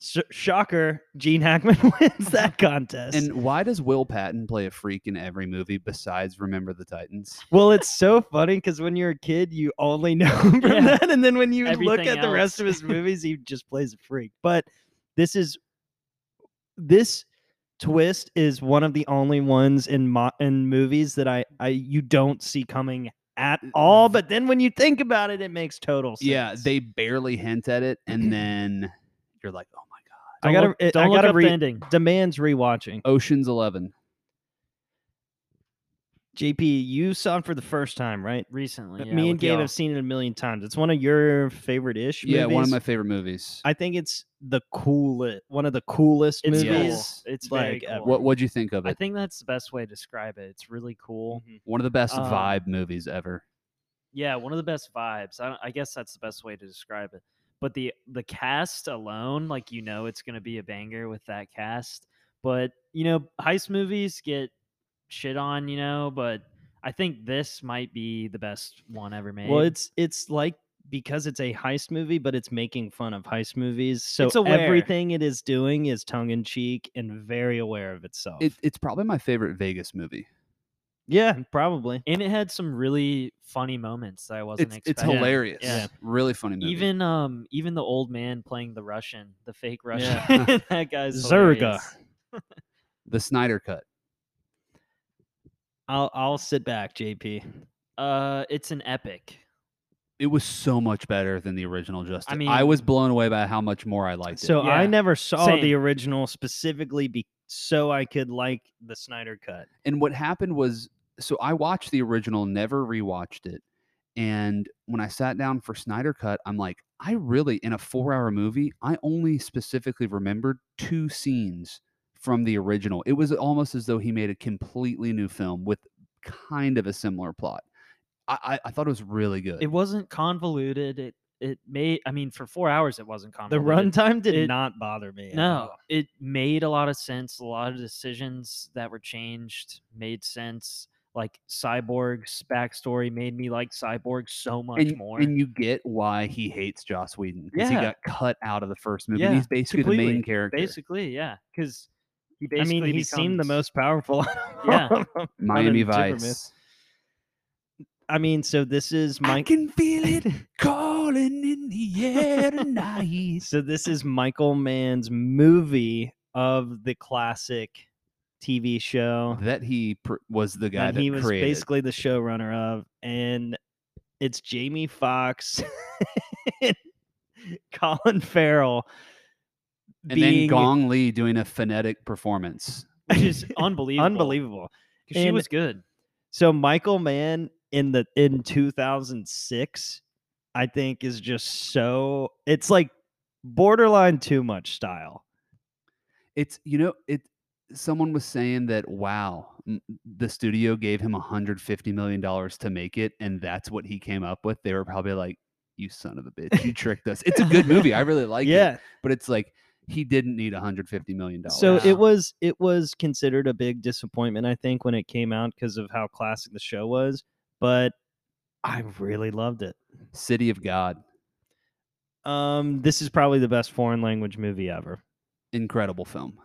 S3: sh- shocker, Gene Hackman wins that contest.
S2: And why does Will Patton play a freak in every movie besides Remember the Titans?
S3: Well, it's so funny because when you're a kid, you only know him from
S1: Yeah.
S3: that, and then when you look
S1: Everything
S3: at the rest of
S1: else.
S3: his movies, he just plays a freak. But this is this twist is one of the only ones in mo- in movies that I I you don't see coming at all. But then when you think about it, it makes total sense.
S2: Yeah, they barely hint at it, and then you're like, oh my god,
S3: I
S1: Don't
S3: gotta
S1: look-
S3: it-
S1: don't
S3: I
S1: look
S3: gotta
S1: up
S3: re-
S1: the ending.
S3: demands rewatching.
S2: Ocean's Eleven.
S3: JP, you saw it for the first time, right?
S1: Recently, yeah,
S3: Me and
S1: with
S3: Gabe
S1: y'all.
S3: have seen it a million times. It's one of your favorite ish.
S2: Yeah, one of
S3: movies.
S2: my favorite movies.
S3: I think it's the coolest, one of the coolest
S1: It's
S2: cool.
S3: movies.
S1: It's very
S3: like uh,
S1: cool.
S3: ever.
S2: what what'd you think of
S1: I
S2: it?
S1: think that's the best way to describe it. It's really cool.
S2: One of the best
S1: um,
S2: vibe movies ever.
S1: Yeah, one of the best vibes. I, I guess that's the best way to describe it. But the the cast alone, like you know, it's gonna be a banger with that cast. But you know, heist movies get shit on, you know. But I think this might be the best one ever made.
S3: Well, it's it's like because it's a heist movie, but it's making fun of heist movies. So
S1: It's aware.
S3: everything it is doing is tongue in cheek and very aware of
S1: oh.
S3: itself.
S2: It, it's probably my favorite Vegas movie.
S3: yeah, mm, probably.
S1: and it had some really funny moments that I wasn't
S2: It's, it's
S1: expecting.
S2: hilarious.
S1: Yeah.
S2: Really funny movie.
S1: Even um even the old man playing the Russian, the fake Russian,
S3: Yeah.
S1: that guy's
S3: Zurga.
S1: hilarious.
S2: the Snyder cut.
S3: I'll I'll sit back, JP.
S1: Uh, it's an epic.
S2: It was so much better than the original Justice. I mean, I
S1: mean-
S2: was blown away by how much more I liked it.
S3: So I
S1: Yeah,
S3: never saw the
S1: same.
S3: original specifically be so I could like the Snyder cut.
S2: And what happened was, so I watched the original, never rewatched it. And when I sat down for Snyder Cut, I'm like, I really, in a four hour movie, I only specifically remembered two scenes from the original. It was almost as though he made a completely new film with kind of a similar plot. I, I, I thought it was really good.
S1: It wasn't convoluted. It it made. I mean, for four hours, it wasn't
S3: The
S1: convoluted.
S3: runtime did
S1: It-
S3: not bother me. at
S1: No,
S3: all.
S1: it made a lot of sense. A lot of decisions that were changed made sense. Like Cyborg's backstory made me like Cyborg so much
S2: and,
S1: more.
S2: and you get why he hates Joss Whedon because he
S1: Yeah.
S2: got cut out of the first movie. and
S1: Yeah,
S2: he's basically the main
S1: completely.
S2: character.
S1: basically, yeah, because he
S3: I
S1: basically
S3: mean, he seemed the
S1: becomes-
S3: most powerful. out of
S1: Yeah.
S3: all of 'em.
S2: Miami
S3: Other than Superman.
S2: Vice.
S3: I mean, so this is Mike.
S2: can feel it calling in the air tonight.
S3: So this is Michael Mann's movie of the classic TV show
S2: That he pr- was the guy
S3: that
S2: that
S3: he was
S2: created.
S3: basically the showrunner of, and it's Jamie Foxx and Colin Farrell.
S2: and then Gong Lee doing a phonetic performance.
S1: which is unbelievable.
S3: unbelievable.
S1: 'cause She
S3: And-
S1: was good.
S3: So Michael Mann in the in 2006, I think is just so it's like borderline too much style.
S2: It's you know it. Someone was saying that wow, m- the studio gave him 150 million dollars to make it, and that's what he came up with. They were probably like, "You son of a bitch, you tricked us." It's a good movie. I really like
S3: yeah,
S2: it, but it's like he didn't need 150 million dollars.
S3: So
S1: Yeah.
S3: it was it was considered a big disappointment, I think, when it came out because of how classic the show was. But I really loved it.
S2: City of God,
S3: Um, this is probably the best foreign language movie ever.
S2: incredible film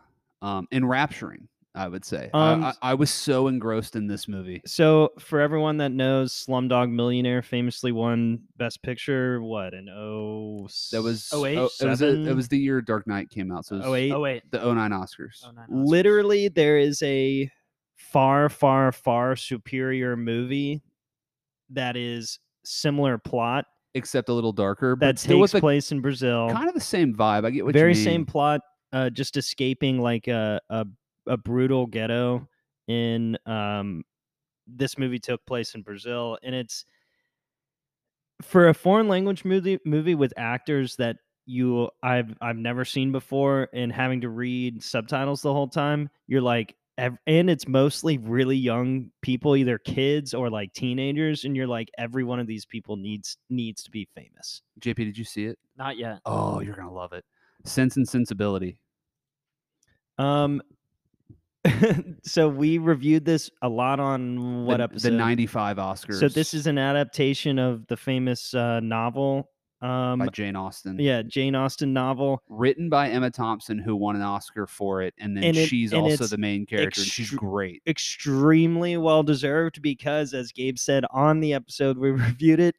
S2: um enrapturing i would say I-
S3: Um,
S2: I, I was so engrossed in this movie
S3: So for everyone that knows, Slumdog Millionaire famously won Best Picture. What in oh
S2: that was
S1: Oh, eight,
S2: oh, it was a, it
S3: seven?
S2: was the year dark knight came out so it was
S3: oh eight?
S1: Oh wait,
S2: the 09 oscars
S1: Oh, nine Oscars.
S3: Literally, there is a far, far, far superior movie that is similar plot
S2: except a little darker but
S3: that
S2: still
S3: takes
S2: with a,
S3: place in Brazil.
S2: kind of the same vibe i get what
S3: very
S2: you mean.
S3: same plot uh just escaping like a a, a brutal ghetto in um this movie took place in brazil and it's for a foreign language movie movie with actors that you i've i've never seen before and having to read subtitles the whole time you're like ev- and it's mostly really young people either kids or like teenagers and you're like every one of these people needs needs to be famous
S2: jp did you see it
S1: not yet.
S2: oh you're gonna love it sense and sensibility
S3: Um, so we reviewed this a lot on what
S2: the,
S3: episode?
S2: The 95 Oscars.
S3: So this is an adaptation of the famous uh, novel. Um,
S2: by Jane Austen.
S3: yeah, Jane Austen novel.
S2: Written by Emma Thompson, who won an Oscar for it, and then
S3: And it-
S2: she's
S3: and
S2: also
S3: it's
S2: the main character, and she's
S3: extr-
S2: great.
S3: Extremely well deserved because, as Gabe said on the episode we reviewed it,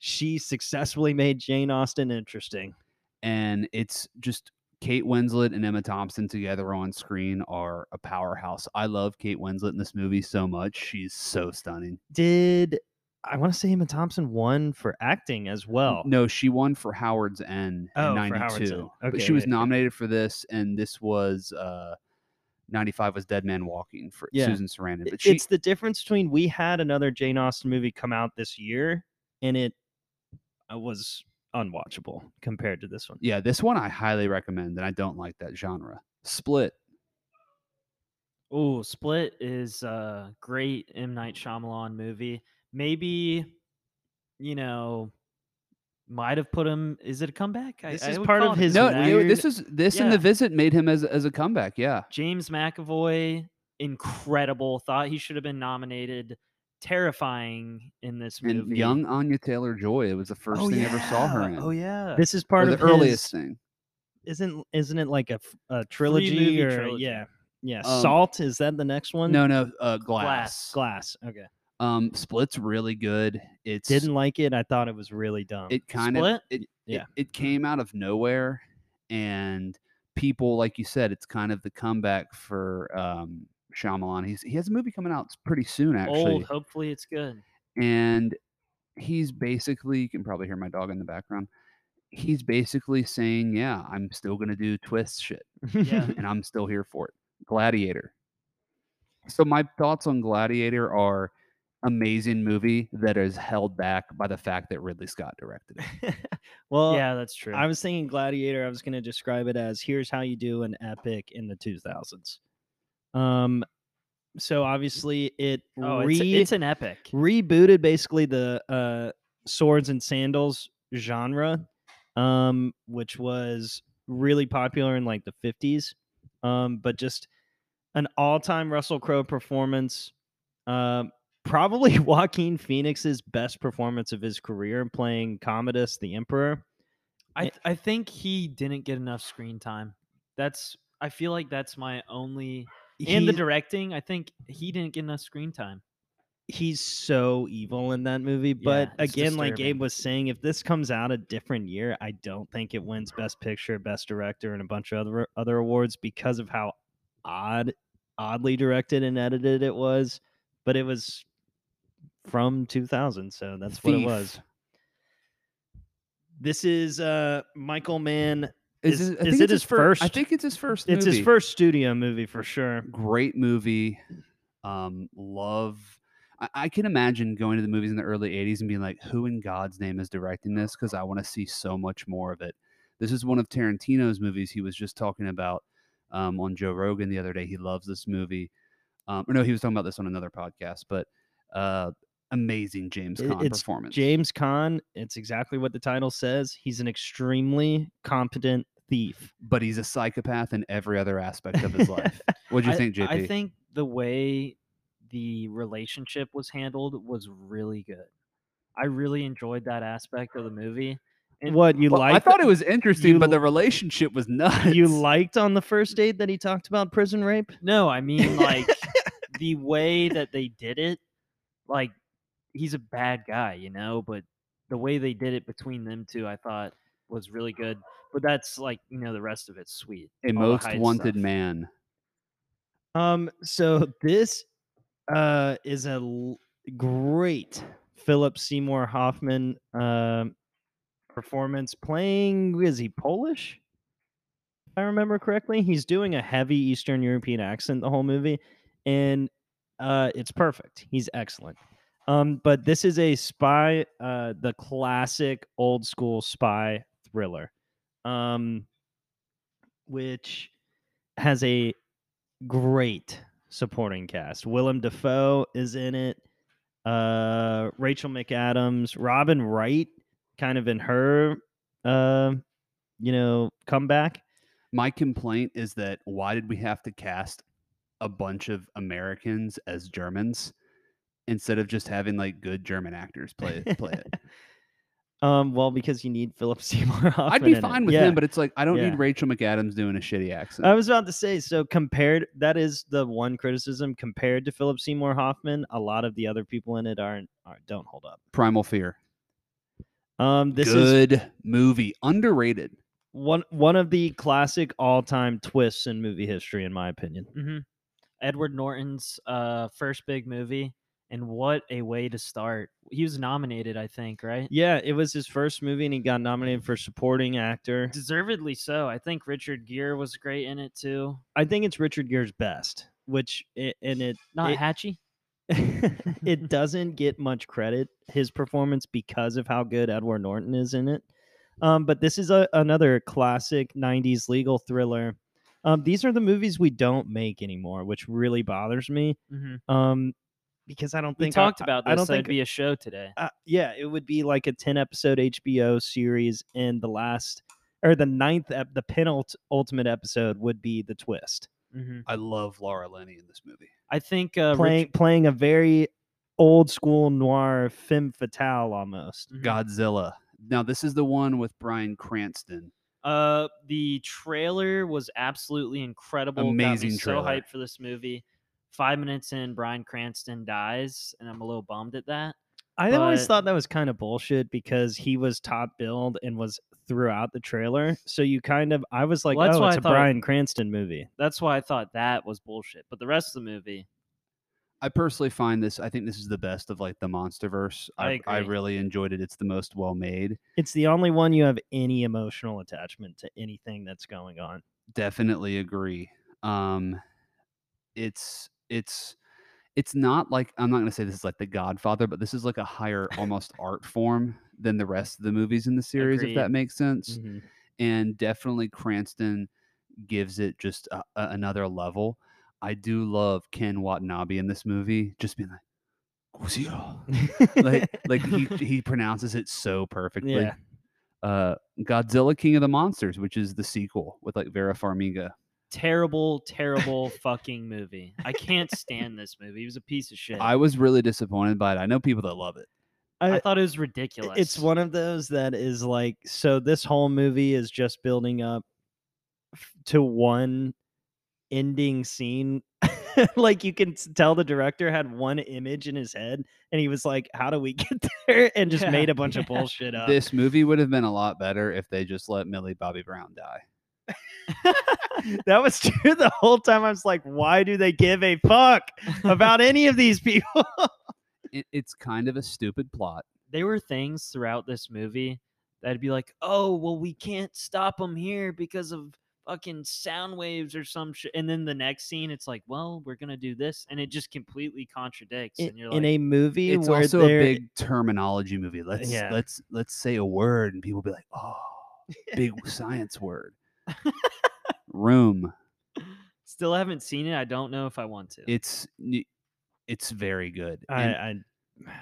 S3: she successfully made Jane Austen interesting.
S2: and it's just Kate Winslet and Emma Thompson together on screen are a powerhouse. I love Kate Winslet in this movie so much. She's so stunning.
S3: Did I want to say Emma Thompson won for acting as well?
S2: No, she won for Howard's End
S3: Oh,
S2: in
S3: for Howard's End.
S2: 92. but she
S3: Okay,
S2: was
S3: yeah, yeah.
S2: nominated for this and this was uh 95 was Dead Man Walking for
S3: Yeah.
S2: Susan Sarandon.
S3: I-
S2: But she,
S3: it's the difference between we had another Jane Austen movie come out this year and it uh, was unwatchable compared to this one.
S2: yeah, this one I highly recommend and I don't like that genre. Split.
S1: Oh, Split is
S2: uh,
S1: a great M Night Shyamalan movie. Maybe, you know, might have put him. Is it a comeback?
S3: This
S1: I
S3: is
S1: would
S3: part
S1: call
S3: of
S1: it a
S3: his
S2: No,
S1: comeback.
S2: you know,
S3: weird-
S2: this is this and the
S1: yeah.
S2: visit made him as as a comeback, yeah.
S1: James McAvoy, incredible. Thought he should have been nominated. Terrifying in this movie.
S2: And young Anya Taylor Joy, it was the first
S1: Oh,
S2: thing I ever saw her
S1: yeah.
S2: in.
S1: Oh yeah.
S3: This is
S2: Or
S3: part
S2: the
S3: of
S2: earliest
S3: his,
S2: thing.
S3: isn't isn't it like a, f- a trilogy
S1: movie
S3: or
S1: trilogy.
S3: yeah. Yeah,
S2: Um,
S3: Salt is that the next one?
S2: No, no, uh, glass.
S3: Glass. Okay.
S2: Um, Split's really good. It's
S3: Didn't like it. I thought it was really dumb.
S2: it kind of
S1: Split?
S2: it, it-
S3: Yeah.
S2: it came out of nowhere, and people like you said, it's kind of the comeback for um Shyamalan. He's he has a movie coming out s- pretty soon actually,
S1: Old. Hopefully it's good.
S2: and he's basically you can probably hear my dog in the background. He's basically saying, "Yeah, I'm still gonna do twist shit."
S1: Yeah.
S2: and I'm still here for it. Gladiator. So my thoughts on Gladiator are amazing movie that is held back by the fact that Ridley Scott directed it.
S3: well,
S1: yeah, that's true.
S3: I was thinking Gladiator. I was going to describe it as here's how you do an epic in the 2000s. Um, so obviously it
S1: oh,
S3: re-
S1: it's, it's an epic.
S3: rebooted basically the uh, swords and sandals genre, um, which was really popular in like the 50s. Um, but just an all-time Russell Crowe performance. Um, probably Joaquin Phoenix's best performance of his career, playing Commodus the Emperor.
S1: I th- I think he didn't get enough screen time. That's I feel like that's my only and the
S3: He-
S1: directing. I think he didn't get enough screen time.
S3: he's so evil in that movie. But
S1: it's
S3: again, like Gabe
S1: disturbing.
S3: was saying, if this comes out a different year, I don't think it wins Best Picture, Best Director, and a bunch of other other awards because of how odd, oddly directed and edited it was. But it was from 2000, so that's what it was.
S2: Thief.
S3: This is uh Michael Mann.
S2: Is,
S3: Is-
S2: it, I
S3: is
S2: think
S3: it
S2: it's
S3: his
S2: fir- I
S3: first?
S2: think it's his first.
S3: It's his
S2: movie.
S3: first studio movie for sure.
S2: great movie. Um, love. I, I can imagine going to the movies in the early '80s and being like, "Who in God's name is directing this?" Because I want to see so much more of it. This is one of Tarantino's movies. He was just talking about um, on Joe Rogan the other day. He loves this movie. Um, or no, he was talking about this on another podcast. But uh, amazing James
S3: It-
S2: Caan
S3: it's
S2: performance.
S3: James Caan, it's exactly what the title says. He's an extremely competent thief.
S2: but he's a psychopath in every other aspect of his life. What do you
S1: I,
S2: think, JP?
S1: I think the way the relationship was handled was really good. I really enjoyed that aspect of the movie. And-
S3: what you
S2: Well, I
S3: liked?
S2: thought it was interesting,
S3: you
S2: but
S3: l-
S2: the relationship was nuts.
S3: you liked on the first date that he talked about prison rape?
S1: No, I mean like the way that they did it, like he's a bad guy, you know, but the way they did it between them two, I thought was really good. But that's like, you know, the rest of it's sweet.
S2: a
S1: all the
S2: most
S1: Hyde
S2: wanted
S1: stuff.
S2: man.
S3: Um, so this uh is a l- great Philip Seymour Hoffman um performance playing is he Polish? If I remember correctly, he's doing a heavy Eastern European accent the whole movie, and uh, it's perfect. He's excellent. Um, but this is a spy, uh, the classic old school spy thriller, um, which has a great supporting cast. Willem Dafoe is in it. Uh, Rachel McAdams, Robin Wright, kind of in her, uh, you know, comeback.
S2: My complaint is that why did we have to cast a bunch of Americans as Germans instead of just having like good German actors play it- play it.
S3: Um, well, because you need Philip Seymour Hoffman.
S2: I'd be
S3: in it.
S2: fine with
S3: Yeah.
S2: him, but it's like I don't
S3: Yeah.
S2: need Rachel McAdams doing a shitty accent.
S3: I was about to say, so compared, that is the one criticism compared to Philip Seymour Hoffman. A lot of the other people in it aren't, aren't don't hold up.
S2: Primal Fear.
S3: Um, this is
S2: good movie, underrated.
S3: one one of the classic all time twists in movie history, in my opinion.
S1: hmm Edward Norton's uh, first big movie, and what a way to start! He was nominated, I think, right?
S3: Yeah, it was his first movie, and he got nominated for supporting actor.
S1: Deservedly so. I think Richard Gere was great in it too.
S3: I think it's Richard Gere's best, which i- and it
S1: Not
S3: it,
S1: Hatchie.
S3: it doesn't get much credit his performance because of how good Edward Norton is in it. Um, but this is a, another classic '90s legal thriller. Um, these are the movies we don't make anymore, which really bothers me.
S1: Mm-hmm.
S3: Um, because I don't
S1: We
S3: think I-
S1: talked about this.
S3: I don't
S1: so it'd
S3: think
S1: be a show today.
S3: uh, yeah, it would be like a 10 episode HBO series, and the last or the ninth, ep- the penult ultimate episode would be the twist.
S1: hmm
S2: I love Laura Linney in this movie.
S1: I think uh, Rich-
S3: Mm-hmm. playing, playing a very old school noir femme fatale almost.
S1: Mhm.
S2: Godzilla. Now this is the one with Brian Cranston.
S1: Uh, the trailer was absolutely incredible. Got me
S2: Amazing
S1: So
S2: trailer.
S1: hyped for this movie. Five minutes in, Brian Cranston dies, and I'm a little bummed at that.
S3: I always
S1: but-
S3: thought that was kind of bullshit because he was top billed and was throughout the trailer. So you kind of, I was like,
S1: Well, that's
S3: oh,
S1: why
S3: it's
S1: I
S3: a
S1: thought-
S3: Brian Cranston movie.
S1: That's why I thought that was bullshit. But the rest of the movie,
S2: I personally find this. I think this is the best of like the MonsterVerse.
S1: I
S2: I
S1: agree.
S2: really enjoyed it. It's the most well made.
S3: It's the only one you have any emotional attachment to anything that's going on.
S2: Definitely agree. Um, it's it's it's not like I'm not gonna say this is like The Godfather, but this is like a higher almost art form than the rest of the movies in the series, if
S1: Agreed.
S2: that makes sense. and definitely Cranston gives it just a, a- another level. I do love Ken Watanabe in this movie, just being like, "Godzilla."
S3: Mm-hmm.
S2: like, like he, he pronounces it so perfectly.
S3: Yeah.
S2: Uh, Godzilla King of the Monsters, which is the sequel with like Vera Farmiga.
S1: terrible, terrible fucking movie. I can't stand this movie. It was a piece of shit.
S2: I was really disappointed by it. I know people that love it.
S1: I
S3: I-
S1: thought it was ridiculous.
S3: It's one of those that is like so this whole movie is just building up f- to one ending scene. like you can s- tell the director had one image in his head and he was like, "How do we get there?" and just
S1: Yeah,
S3: made a bunch of
S1: yeah.
S3: bullshit up.
S2: This movie would have been a lot better if they just let Millie Bobby Brown die.
S3: that was true the whole time. I was like, "Why do they give a fuck about any of these people?"
S2: It, it's kind of a stupid plot.
S1: there were things throughout this movie that'd be like, oh, well, we can't stop them here because of fucking sound waves or some shit. And then the next scene, it's like, well, we're gonna do this, and it just completely contradicts.
S3: In,
S1: and you're
S3: in
S1: like,
S3: a movie
S2: It's
S3: where
S2: also a
S3: there
S2: big terminology movie. Let's
S3: Yeah.
S2: let's let's say a word and people be like, "Oh, big science word." Room.
S1: still haven't seen it. I don't know if I want to.
S2: It's n- it's very good.
S3: I,
S2: and
S3: I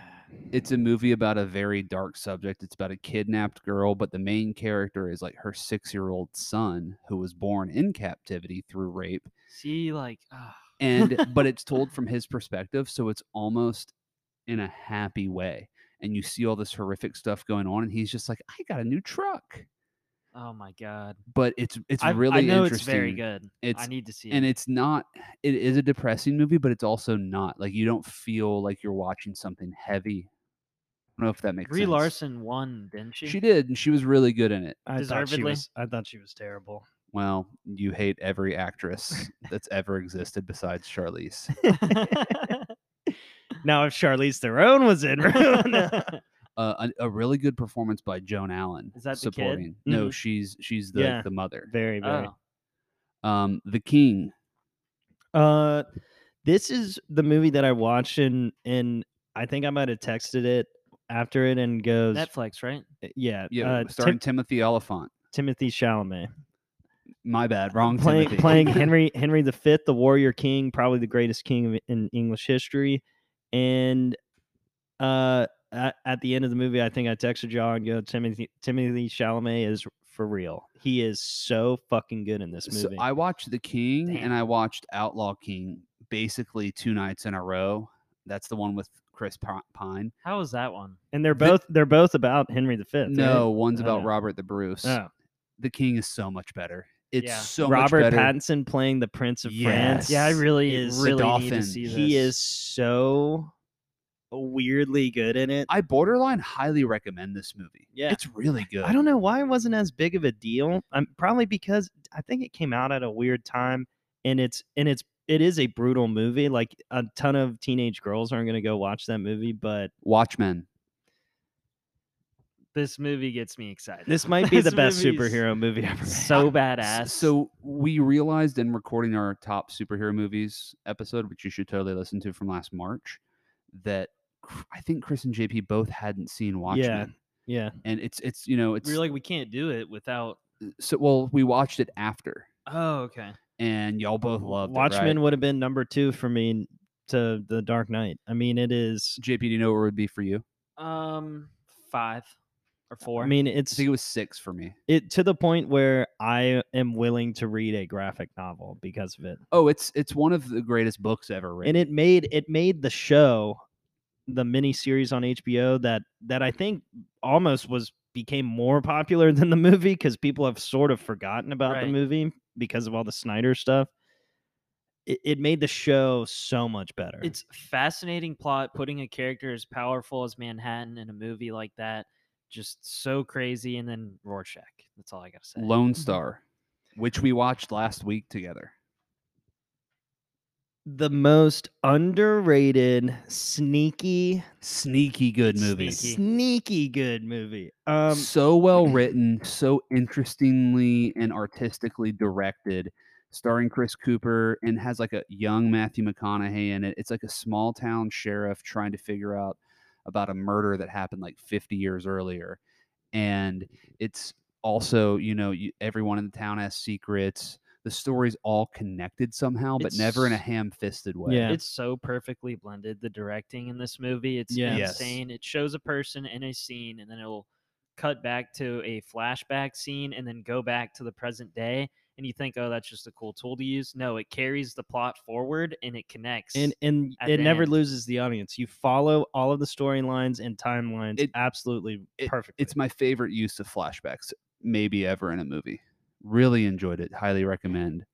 S2: it's a movie about a very dark subject. It's about a kidnapped girl, but the main character is like her 6-year-old son who was born in captivity through rape.
S1: See, like, ah,
S2: and but it's told from his perspective so it's almost in a happy way and you see all this horrific stuff going on and he's just like i got a new truck
S1: oh my god,
S2: but it's it's
S1: I,
S2: really
S1: I know
S2: interesting
S1: it's very good.
S2: It's-
S1: I need to see
S2: and
S1: it.
S2: it's not it is a depressing movie but it's also not like you don't feel like you're watching something heavy i don't know if that makes
S1: Brie
S2: sense
S1: Larson won, didn't she?
S2: she did and she was really good in it
S3: I thought she
S1: Deservedly.
S3: was. I thought she was terrible.
S2: well you hate every actress that's ever existed besides charlize
S3: now, if Charlize Theron was in, Rona-
S2: uh, a, a really good performance by Joan Allen.
S1: Is that the kid?
S2: supporting? No,
S3: Mhm.
S2: she's she's the
S3: Yeah.
S2: the mother.
S3: very very.
S1: oh,
S2: Um, the king. Oh.
S3: Uh, this is the movie that I watched and and I think I might have texted it after it and goes,
S1: Netflix, right?
S3: yeah,
S2: Yeah,
S3: uh,
S2: starring
S3: Tim-
S2: Timothy Oliphant.
S3: Timothy Chalamet
S2: My bad, wrong.
S3: playing
S2: Timothy.
S3: playing Henry Henry the Fifth, the Warrior King, probably the greatest king of- in English history, and uh. At, at the end of the movie, I think I texted y'all and go, Timothy Timothy Chalamet is for real. He is so fucking good in this
S2: So
S3: movie.
S2: I watched The King
S1: Damn.
S2: and I watched Outlaw King basically two nights in a row. That's the one with Chris P- Pine.
S1: How was that one?
S3: And they're
S2: The-
S3: both they're both about Henry V. right? Uh.
S2: no, one's about
S1: Oh.
S2: Robert the Bruce.
S3: Oh.
S2: The King is so much better. It's
S1: Yeah.
S2: so
S3: Robert
S2: much better.
S3: Pattinson playing the Prince of
S2: Yes.
S3: France.
S1: Yeah, I really
S2: It
S1: is
S2: really
S1: really need
S2: Godolphin.
S1: to see this.
S3: he is so weirdly good in it.
S2: I borderline highly recommend this movie.
S3: Yeah.
S2: It's really good.
S3: I don't know why it wasn't as big of a deal. I'm probably because I think it came out at a weird time, and it's and it's it is a brutal movie. Like a ton of teenage girls aren't going to go watch that movie, but
S2: Watchmen.
S1: This movie gets me excited.
S3: this might be the
S1: This
S3: best
S1: movie's
S3: superhero movie ever. made.
S1: So badass.
S2: S- So we realized in recording our top superhero movies episode, which you should totally listen to from last March, that cr- I think Chris and JP both hadn't seen Watchmen.
S3: yeah,
S2: And it's it's you know, it's
S1: we're like, we can't do it without.
S2: so well, we watched it after
S1: Oh, okay.
S2: and y'all both loved it.
S3: Watchmen
S2: right?
S3: would have been number two for me to The Dark Knight. I mean, it is.
S2: JP, do you know where it would be for you?
S1: Um, five or four.
S3: I mean,
S2: I
S3: it's
S2: think it was six for me.
S3: it to the point where I am willing to read a graphic novel because of it.
S2: Oh, it's it's one of the greatest books ever written.
S3: and it made it made the show the mini series on HBO that that I think almost was became more popular than the movie because people have sort of forgotten about the
S1: Right.
S3: movie because of all the Snyder stuff. It, it made the show so much better.
S1: it's fascinating plot. Putting a character as powerful as Manhattan in a movie like that, just so crazy. And then Rorschach. That's all I gotta say.
S3: Mm-hmm.
S2: Lone Star, which we watched last week together.
S3: the most underrated, sneaky,
S2: Sneaky good movie.
S1: Sneaky.
S3: sneaky good movie. Um,
S2: so well written, so interestingly and artistically directed, starring Chris Cooper and has like a young Matthew McConaughey in it. It's like a small town sheriff trying to figure out about a murder that happened like 50 years earlier. And it's also, you know, you, everyone in the town has secrets. The story's all connected somehow, but never in a
S1: It's-
S2: ham fisted way.
S3: Yeah.
S1: It's so perfectly blended. The directing in this movie, it's
S3: Yeah.
S2: Yes.
S1: insane. It shows a person in a scene, and then it'll cut back to a flashback scene, and then go back to the present day. And you think, oh, that's just a cool tool to use. No, it carries the plot forward, and it connects.
S3: and and
S1: at
S3: it
S1: the
S3: never
S1: end.
S3: loses the audience. You follow all of the storylines and timelines
S2: It-
S3: absolutely
S2: it-
S3: perfectly.
S2: It's my favorite use of flashbacks, maybe ever in a movie. Really enjoyed it.
S3: Mm.
S2: Highly recommend.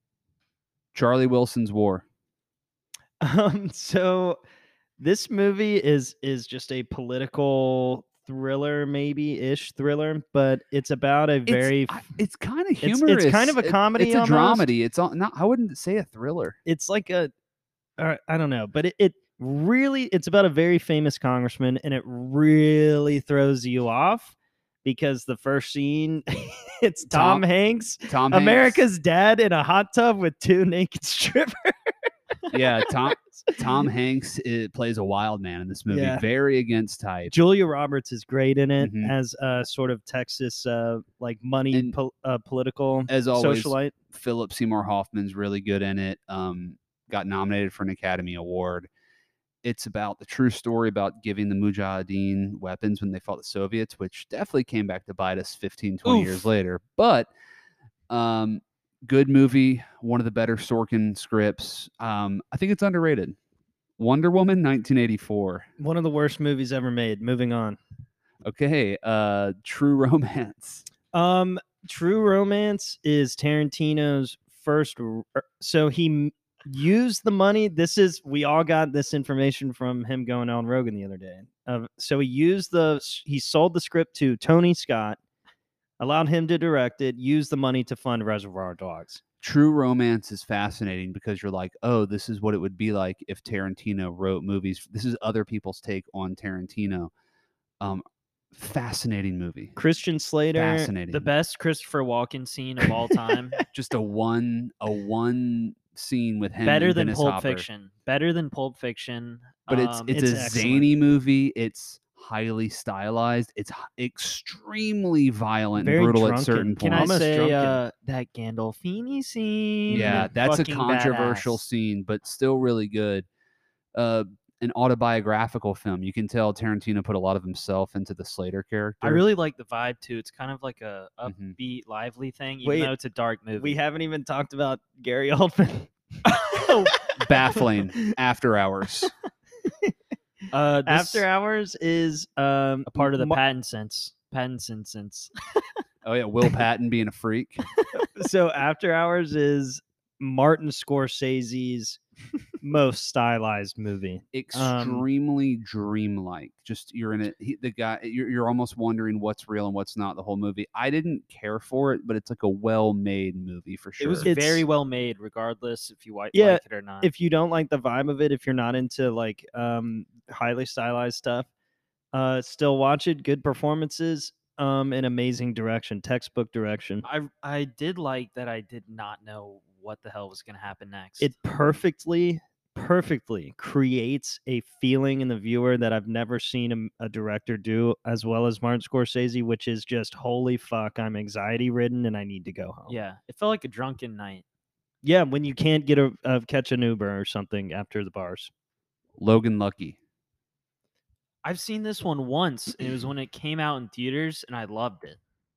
S2: Charlie Wilson's War.
S3: Um, so this movie is is just a political thriller, maybe ish thriller, but it's about a very
S2: It's,
S3: f-
S2: I- it's kind of
S3: it's
S2: humorous.
S3: kind of a
S2: It-
S3: comedy
S2: it's a
S3: almost.
S2: dramedy. It's all, not. I wouldn't say a thriller.
S3: it's like a uh, I don't know, but it, it really it's about a very famous congressman, and it really throws you off because the first scene it's Tom,
S2: Tom
S3: Hanks.
S2: Tom Hanks-
S3: America's dad in a hot tub with two naked strippers.
S2: yeah. Tom Tom Hanks uh plays a wild man in this movie.
S3: Yeah.
S2: Very against type.
S3: Julia Roberts is great in it
S2: Mhm.
S3: as a sort of Texas, uh, like money
S2: And-
S3: pol- uh, political
S2: As always,
S3: socialite.
S2: Philip Seymour Hoffman's really good in it. Um, got nominated for an Academy Award. It's about the true story about giving the Mujahideen weapons when they fought the Soviets, which definitely came back to bite us 15, 20 years
S1: Oof.
S2: later. But um, good movie, one of the better Sorkin scripts. Um, I think it's underrated. Wonder Woman 1984.
S3: One of the worst movies ever made. Moving on.
S2: Okay. Uh, true Romance.
S3: Um, True Romance is Tarantino's first. r- er, So he m- used the money. This is we all got this information from him going on Rogan the other day. Of so he used the s- he sold the script to Tony Scott, allowed him to direct it, used the money to fund Reservoir Dogs.
S2: True romance is fascinating because you're like, oh, this is what it would be like if Tarantino wrote movies. This is other people's take on Tarantino. Um, fascinating movie.
S3: Christian Slater.
S2: Fascinating.
S1: the best Christopher Walken scene of all time.
S2: Just a one, a one scene with him.
S1: Better
S2: and
S1: than
S2: Dennis
S1: Pulp
S2: Hopper.
S1: Fiction. Better than Pulp Fiction.
S2: But it's
S1: Um,
S2: it's,
S3: it's
S2: a
S3: excellent.
S2: zany movie. It's highly stylized. It's h- extremely violent
S3: Very
S2: and brutal
S3: drunken.
S2: at certain
S1: Can
S2: points.
S1: I
S3: almost
S1: say
S3: drunken.
S1: uh, that Gandolfini scene?
S2: Yeah, that's a
S1: Fucking
S2: controversial
S1: badass.
S2: scene, but still really good. Uh, an autobiographical film. You can tell Tarantino put a lot of himself into the Slater character.
S1: I really like the vibe too. It's kind of like a upbeat,
S2: Mhm.
S1: lively thing, even
S3: Wait,
S1: though it's a dark movie.
S3: We haven't even talked about Gary Oldman.
S2: baffling after hours.
S1: Uh, this,
S3: After Hours is um
S1: a part of the
S3: mo-
S1: patent sense. Patent sense. sense.
S2: Oh yeah, Will Patton being a freak.
S1: Um,
S3: so After Hours is Martin Scorsese's most stylized movie.
S2: Extremely dreamlike. Just you're in it. He, the guy, you're, you're almost wondering what's real and what's not. The whole movie. I didn't care for it, but it's like a well-made movie for sure.
S1: It was
S3: It's-
S1: very well made, regardless if you wi-
S3: Yeah,
S1: like it or not.
S3: If you don't like the vibe of it, if you're not into like um highly stylized stuff, uh still watch it. Good performances, um and amazing direction, textbook direction.
S1: I I did like that. I did not know what the hell was going to happen next.
S3: It perfectly perfectly creates a feeling in the viewer that I've never seen a m- a, director do as well as Martin Scorsese which is just holy fuck I'm anxiety ridden and I need to go home.
S1: yeah, it felt like a drunken night.
S3: Yeah, when you can't get a uh, catch an Uber or something after the bars.
S2: Logan Lucky.
S1: I've seen this one once, and it was when it came out in theaters, and I loved it.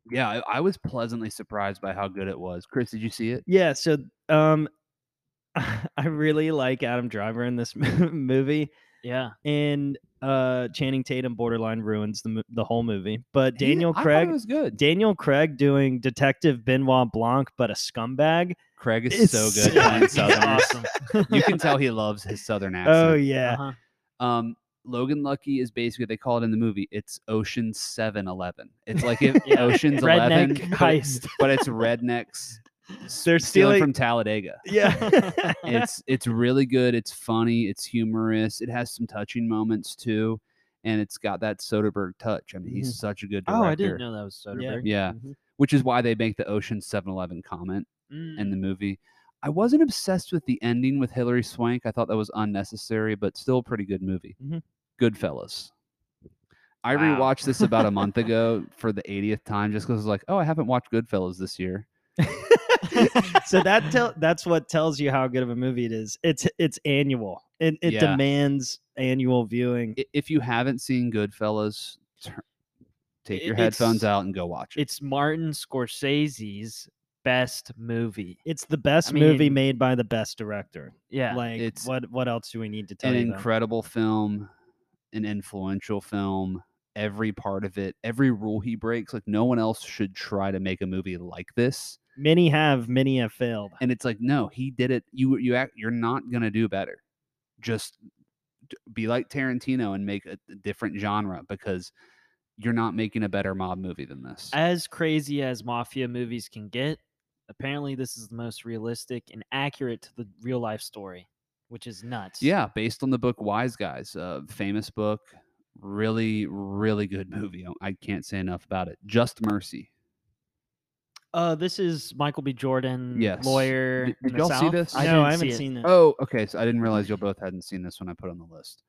S2: Yeah, I, I was pleasantly surprised by how good it was. Chris, did you see it?
S3: Yeah, so um I really like Adam Driver in this movie
S1: Yeah,
S3: and uh Channing Tatum borderline ruins the mo- the whole movie. But
S2: He-
S3: Daniel
S2: I thought
S3: Craig
S2: it was good.
S3: Daniel Craig doing Detective Benoit Blanc but a scumbag.
S2: Craig is
S3: It's
S2: so
S3: so
S2: good. at being
S3: good.
S2: Southern.
S1: awesome.
S2: You can tell he loves his southern accent.
S3: Oh yeah.
S1: Uh-huh.
S2: um Logan Lucky is basically they call it in the movie. It's Ocean Seven Eleven. It's like if
S1: Yeah.
S2: Ocean's Eleven, but
S3: Redneck
S2: it-
S3: heist.
S2: but it's rednecks s-
S3: They're
S2: stealing
S3: stealing-
S2: from Talladega.
S3: Yeah.
S2: It's it's really good. It's funny. It's humorous. It has some touching moments too, and it's got that Soderbergh touch. I mean, he's
S1: Mhm.
S3: Mm-hmm.
S2: such a good director.
S1: Oh, I didn't know that was Soderbergh.
S2: Yeah.
S1: Mhm.
S2: Which is why they make the Ocean 7-Eleven comment in
S1: Mm,
S2: the movie. I wasn't obsessed with the ending with Hilary Swank. I thought that was unnecessary, but still a pretty good movie.
S3: Mhm.
S2: Goodfellas. I
S1: Mm-hmm. Wow.
S2: rewatched this about a month ago for the 80th time just because I was like, oh, I haven't watched Goodfellas this year.
S3: so that tell that's what tells you how good of a movie it is. It's it's annual. It it
S2: Yeah.
S3: demands annual viewing.
S2: I- If you haven't seen Goodfellas, tur- take your
S1: I-
S2: headphones
S1: it's-
S2: out and go watch it.
S1: It's Martin Scorsese's best movie.
S3: It's the best movie
S1: mean,
S3: made by the best director.
S1: Yeah,
S3: like
S2: it's
S3: what what else do we need to tell
S2: an
S3: you? about?
S2: incredible film, an influential film. Every part of it, every rule he breaks, like no one else should try to make a movie like this.
S3: Many have, many have failed.
S2: and it's like no he did it you you act you're not gonna do better just d- be like tarantino and make a a different genre because you're not making a better mob movie than this
S1: as crazy as mafia movies can get, apparently this is the most realistic and accurate to the real life story, which is nuts.
S2: yeah based on the book wise guys uh famous book really really good movie I- i can't say enough about it just mercy
S1: Uh, this is Michael B. Jordan,
S2: Yes.
S1: lawyer.
S2: Did-
S1: in
S2: did
S1: the
S2: y'all see
S1: South.
S2: this?
S1: I
S3: no,
S1: didn't
S3: I haven't
S1: see it.
S3: seen that.
S2: oh okay so i didn't realize you both hadn't seen this when i put it on the list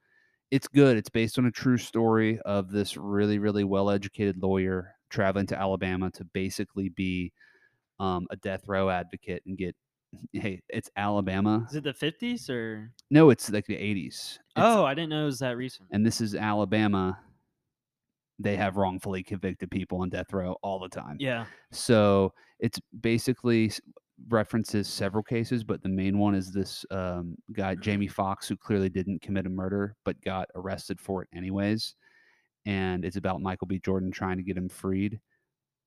S2: it's good it's based on a true story of this really really well educated lawyer traveling to alabama to basically be um, a death row advocate and get hey it's alabama
S1: Is it the fifties or?
S2: no it's like the 80s It's-
S1: oh, I didn't know it was that recent.
S2: and this is alabama they have wrongfully convicted people on death row all the time
S1: yeah,
S2: so it's basically s- references several cases, but the main one is this um, guy, Jamie Foxx, who clearly didn't commit a murder but got arrested for it anyways. And it's about Michael B. Jordan trying to get him freed.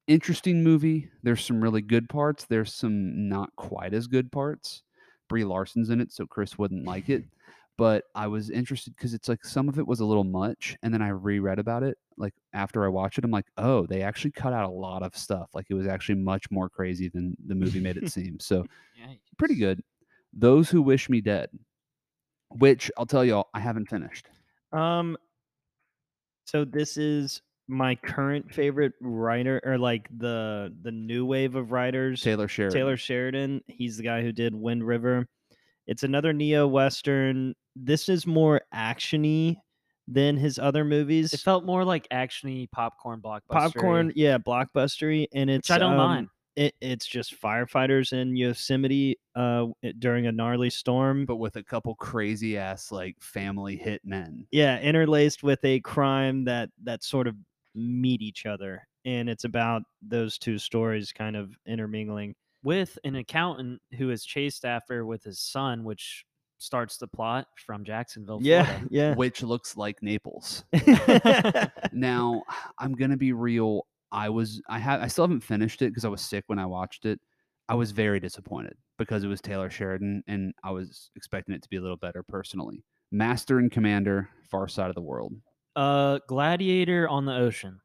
S2: Interesting movie. There's some really good parts, there's some not quite as good parts. Brie Larson's in it, so Chris wouldn't like it. But I was interested because it's like some of it was a little much, and then I reread about it. Like after I watched it, I'm like, oh, they actually cut out a lot of stuff. Like it was actually much more crazy than the movie made it seem. So
S1: Yikes.
S2: pretty good. Those who wish me dead, which I'll tell y'all, I haven't finished.
S3: Um, so this is my current favorite writer, or like the the new wave of writers.
S2: Taylor Sheridan.
S3: Taylor Sheridan. He's the guy who did Wind River. It's another neo western. This is more actiony than his other movies.
S1: It felt more like actiony popcorn blockbuster.
S3: Popcorn, yeah, blockbustery, and it's
S1: which I don't
S3: um,
S1: mind.
S3: It, it's just firefighters in Yosemite uh, it- during a gnarly storm.
S2: but with a couple crazy ass like family hit men.
S3: yeah interlaced with a crime that that sort of meet each other and it's about those two stories kind of intermingling
S1: with an accountant who is chased after with his son, which starts the plot from Jacksonville.
S3: yeah,
S1: Florida.
S3: yeah.
S2: which looks like Naples. now i'm gonna be real i was i have i still haven't finished it because i was sick when i watched it i was very disappointed because it was taylor sheridan and i was expecting it to be a little better personally master and commander far side of the world
S1: Uh, Gladiator on the ocean.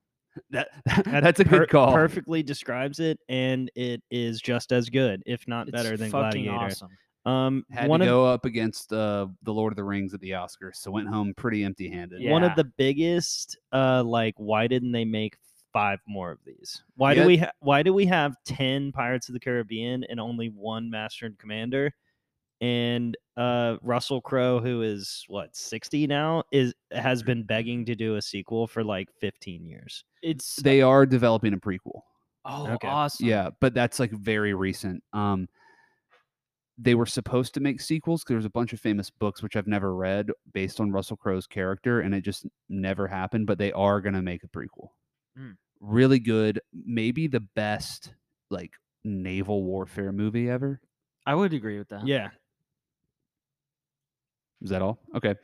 S2: that, that's a good
S3: per-
S2: call
S3: Perfectly describes it, and it is just as good, if not
S1: It's
S3: better than
S1: fucking
S3: Gladiator.
S1: awesome.
S3: Um,
S2: had
S3: one
S2: to
S3: of
S2: go up against uh, the lord of the rings at the oscars so went home pretty empty handed
S1: Yeah.
S3: one of the biggest uh like why didn't they make five more of these why
S2: Yeah.
S3: do we ha- why do we have 10 pirates of the caribbean and only one master and commander and uh russell crowe who is what 60 now is has been begging to do a sequel for like 15 years
S1: It's
S2: they are developing a prequel
S1: oh
S3: Okay.
S1: awesome.
S2: Yeah, but that's like very recent. Um, they were supposed to make sequels because there's a bunch of famous books which I've never read based on Russell Crowe's character, and it just never happened. But they are gonna make a prequel.
S1: Mm.
S2: Really good, maybe the best like naval warfare movie ever.
S1: I would agree with that.
S3: yeah
S2: Is that all? Okay.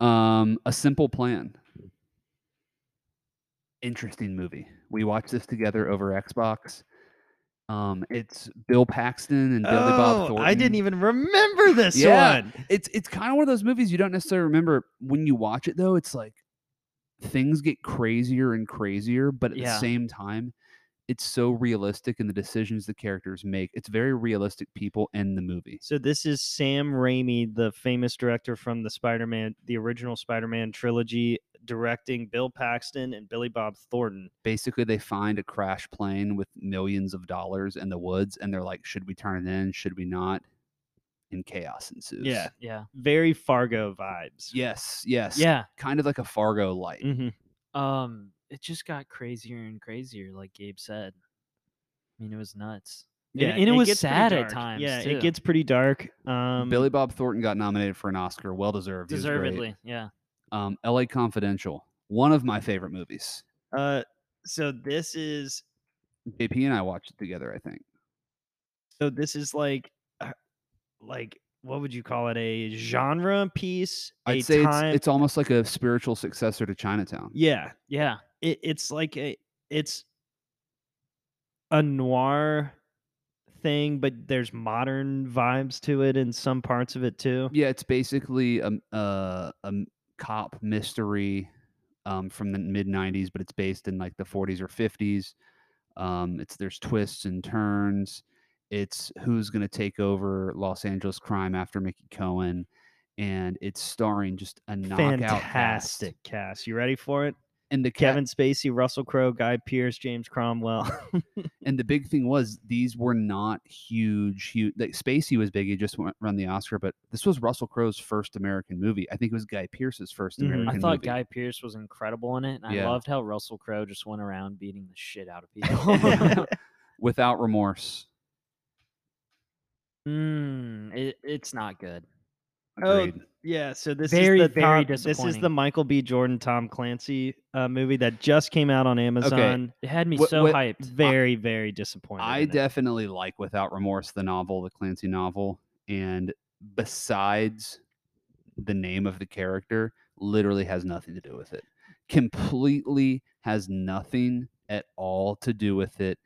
S2: Um, a simple plan. Interesting movie. We watched this together over Xbox. Um, it's Bill Paxton and Billy Bob Thornton.
S3: Oh, i didn't even remember this
S2: Yeah.
S3: one
S2: It's it's kind of one of those movies you don't necessarily remember when you watch it though. It's like things get crazier and crazier, but at
S1: Yeah.
S2: the same time, it's so realistic and the decisions the characters make. It's very realistic people in the movie.
S3: So this is Sam Raimi, the famous director from the Spider-Man, the original Spider-Man trilogy, directing Bill Paxton and Billy Bob Thornton.
S2: basically they find a crash plane with millions of dollars in the woods and they're like should we turn it in should we not and chaos ensues
S3: Yeah.
S1: Yeah.
S3: Very Fargo vibes.
S2: yes yes
S1: Yeah.
S2: kind of like a fargo light
S3: hmm
S1: Um, it just got crazier and crazier, like Gabe said. I mean, it was nuts. And-
S3: Yeah,
S1: and, it, was
S3: gets pretty
S1: sad at
S3: dark.
S1: times.
S3: Yeah,
S1: too.
S3: it gets pretty dark. Um,
S2: billy bob thornton got nominated for an oscar well deserved He was great.
S1: deservedly. Yeah.
S2: um, la confidential one of my favorite movies
S3: Uh, so this is
S2: jp and i watched it together i think
S3: so this is like, uh, like what would you call it? A genre piece. a
S2: i'd say
S3: time.
S2: it's, it's almost like a spiritual successor to chinatown
S3: yeah.
S1: Yeah.
S3: it, it's like a it's a noir thing but there's modern vibes to it in some parts of it too
S2: Yeah, it's basically a, m- uh, a m- cop mystery um, from the mid '90s, but it's based in like the 40s or 50s. Um, it's there's twists and turns. It's who's going to take over Los Angeles crime after Mickey Cohen, and it's starring just a knockout cast.
S3: fantastic cast you ready for it
S2: And the ca-
S3: kevin spacey russell crowe guy pierce james cromwell
S2: and the big thing was these were not huge, huge. Like Spacey was big; he just won won the Oscar, but this was Russell Crowe's first American movie. I think it was Guy Pearce's 1st
S3: Mhm. I
S2: American.
S1: I thought
S2: movie.
S1: Guy Pierce was incredible in it, and
S2: Yeah.
S1: I loved how Russell Crowe just went around beating the shit out of people.
S2: without remorse.
S1: mm, it, it's not good.
S3: Oh,
S2: Agreed.
S3: yeah so this
S1: Very,
S3: is the
S1: very
S3: Tom- this is the
S1: disappointing.
S3: michael b jordan tom clancy uh, movie that just came out on amazon
S1: It had me
S2: What-
S1: so
S2: what-
S1: hyped.
S3: very very disappointed
S2: I
S3: in it.
S2: definitely like Without Remorse, the novel, the Clancy novel. And besides the name of the character, literally has nothing to do with it. Completely has nothing at all to do with it.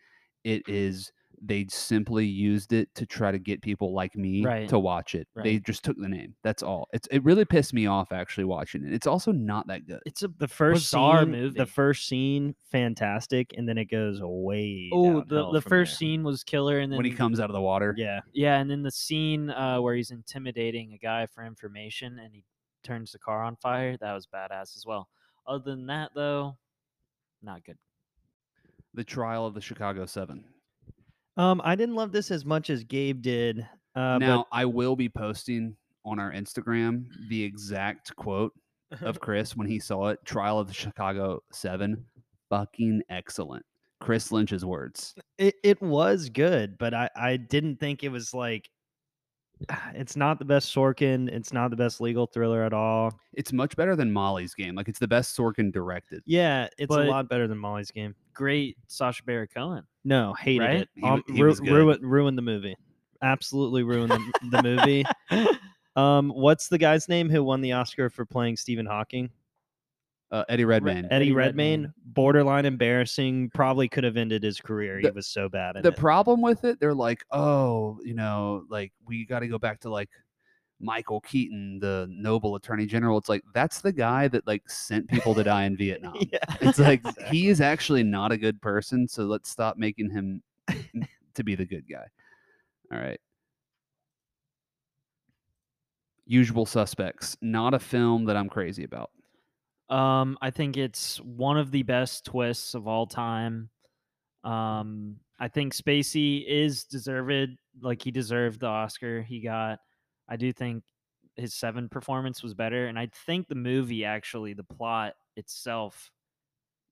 S2: It is, they simply used it to try to get people like me
S1: Right.
S2: to watch it. They
S1: Right.
S2: just took the name. That's all. It's, it really pissed me off actually watching it. It's also not that good.
S1: It's a
S3: the first
S1: bizarre
S3: scene,
S1: movie.
S3: The first scene, fantastic, and then it goes way.
S1: oh the,
S3: downhill
S1: the
S3: from
S1: first
S3: there.
S1: scene was killer, and then
S2: When he comes out of the water,
S3: Yeah,
S1: Yeah, and then the scene uh, where he's intimidating a guy for information and he turns the car on fire, that was badass as well. Other than that, though, not good.
S2: the trial of the Chicago Seven.
S3: um, I didn't love this as much as Gabe did. Uh,
S2: now I will be posting on our Instagram the exact quote
S3: but
S2: of Chris when he saw it. Trial of the Chicago Seven, fucking excellent. Chris Lynch's words.
S3: it, it was good, but I I didn't think it was like. It's not the best Sorkin. It's not the best legal thriller at all.
S2: It's much better than Molly's game. Like it's the best Sorkin directed.
S3: Yeah, it's
S1: But-
S3: a lot better than Molly's Game.
S1: Great Sasha Baron Cohen.
S3: No, hated
S1: Right?
S3: it. Um,
S2: He wa- he was good.
S3: ruined, ruined the movie. Absolutely ruined the, the movie. Um, what's the guy's name who won the Oscar for playing Stephen Hawking?
S2: Uh, Eddie Redmayne.
S3: Eddie
S1: Eddie
S3: Redmayne,
S1: Redmayne.
S3: borderline embarrassing, probably could have ended his career. he
S2: The-
S3: was so bad at
S2: the
S3: it.
S2: problem with it, they're like, oh, you know, like we got to go back to like Michael Keaton, the noble attorney general. It's like that's the guy that like sent people to die in Vietnam.
S3: yeah.
S2: It's like he is actually not a good person, so let's stop making him to be the good guy. All right. Usual Suspects, not a film that I'm crazy about.
S1: Um, I think it's one of the best twists of all time.
S2: Mm.
S1: Um, I think Spacey is deserved. Like he deserved the Oscar he got. I do think his seven performance was better, and I think the movie actually, the plot itself,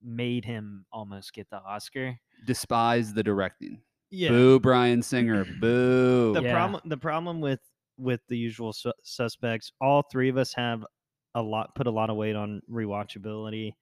S1: made him almost get the Oscar.
S2: Despise the directing.
S3: yeah.
S2: Boo, Brian Singer. Boo.
S3: the
S1: Yeah.
S3: problem the problem with with the usual su- suspects all three of us have a lot put a lot of weight on rewatchability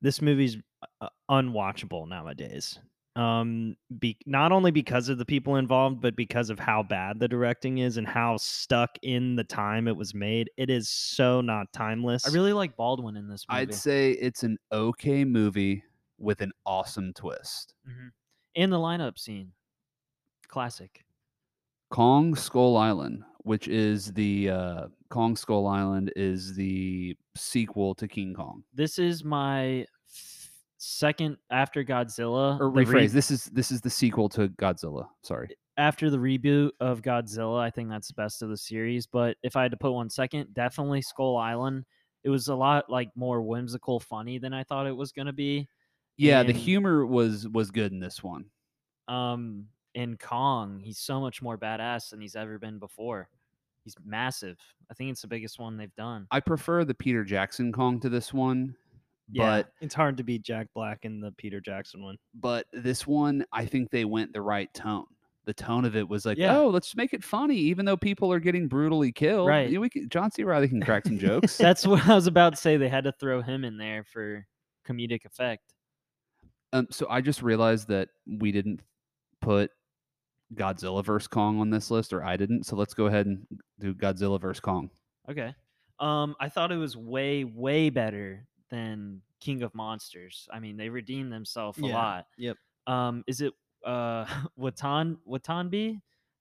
S3: this movie's uh, unwatchable nowadays um be not only because of the people involved but because of how bad the directing is and how stuck in the time it was made it is so not timeless
S1: I really like Baldwin in this movie,
S2: I'd say it's an okay movie with an awesome twist.
S1: Mm-hmm. and the lineup scene, classic.
S2: Kong Skull Island, which is the uh, Kong Skull Island, is the sequel to King Kong.
S1: This is my f- second after Godzilla
S2: Or
S1: the re-
S2: rephrase. this is this is the sequel to Godzilla. Sorry.
S1: after the reboot of Godzilla, I think that's the best of the series. But if I had to put one second, definitely Skull Island. It was a lot like more whimsical, funny than I thought it was going to be.
S2: Yeah, the
S1: and-
S2: humor was was good in this one.
S1: Um, and Kong, he's so much more badass than he's ever been before. He's massive. I think it's the biggest one they've done.
S2: I prefer the Peter Jackson Kong to this one,
S1: Yeah.
S2: but
S3: it's hard to beat jack black in the peter jackson one
S2: but this one I think they went the right tone. The tone of it was like,
S1: Yeah.
S2: oh, let's make it funny, even though people are getting brutally killed.
S1: Right.
S2: Yeah, we can, John C. Riley can crack some jokes.
S1: That's what I was about to say. They had to throw him in there for comedic effect.
S2: Um, so I just realized that we didn't put Godzilla vs Kong on this list, or I didn't. So let's go ahead and do Godzilla vs Kong.
S1: Okay. Um, I thought it was way, way better than King of Monsters. I mean, they redeemed themselves a
S3: Yeah,
S1: lot.
S3: yep.
S1: Um, is it uh Watan Watanbe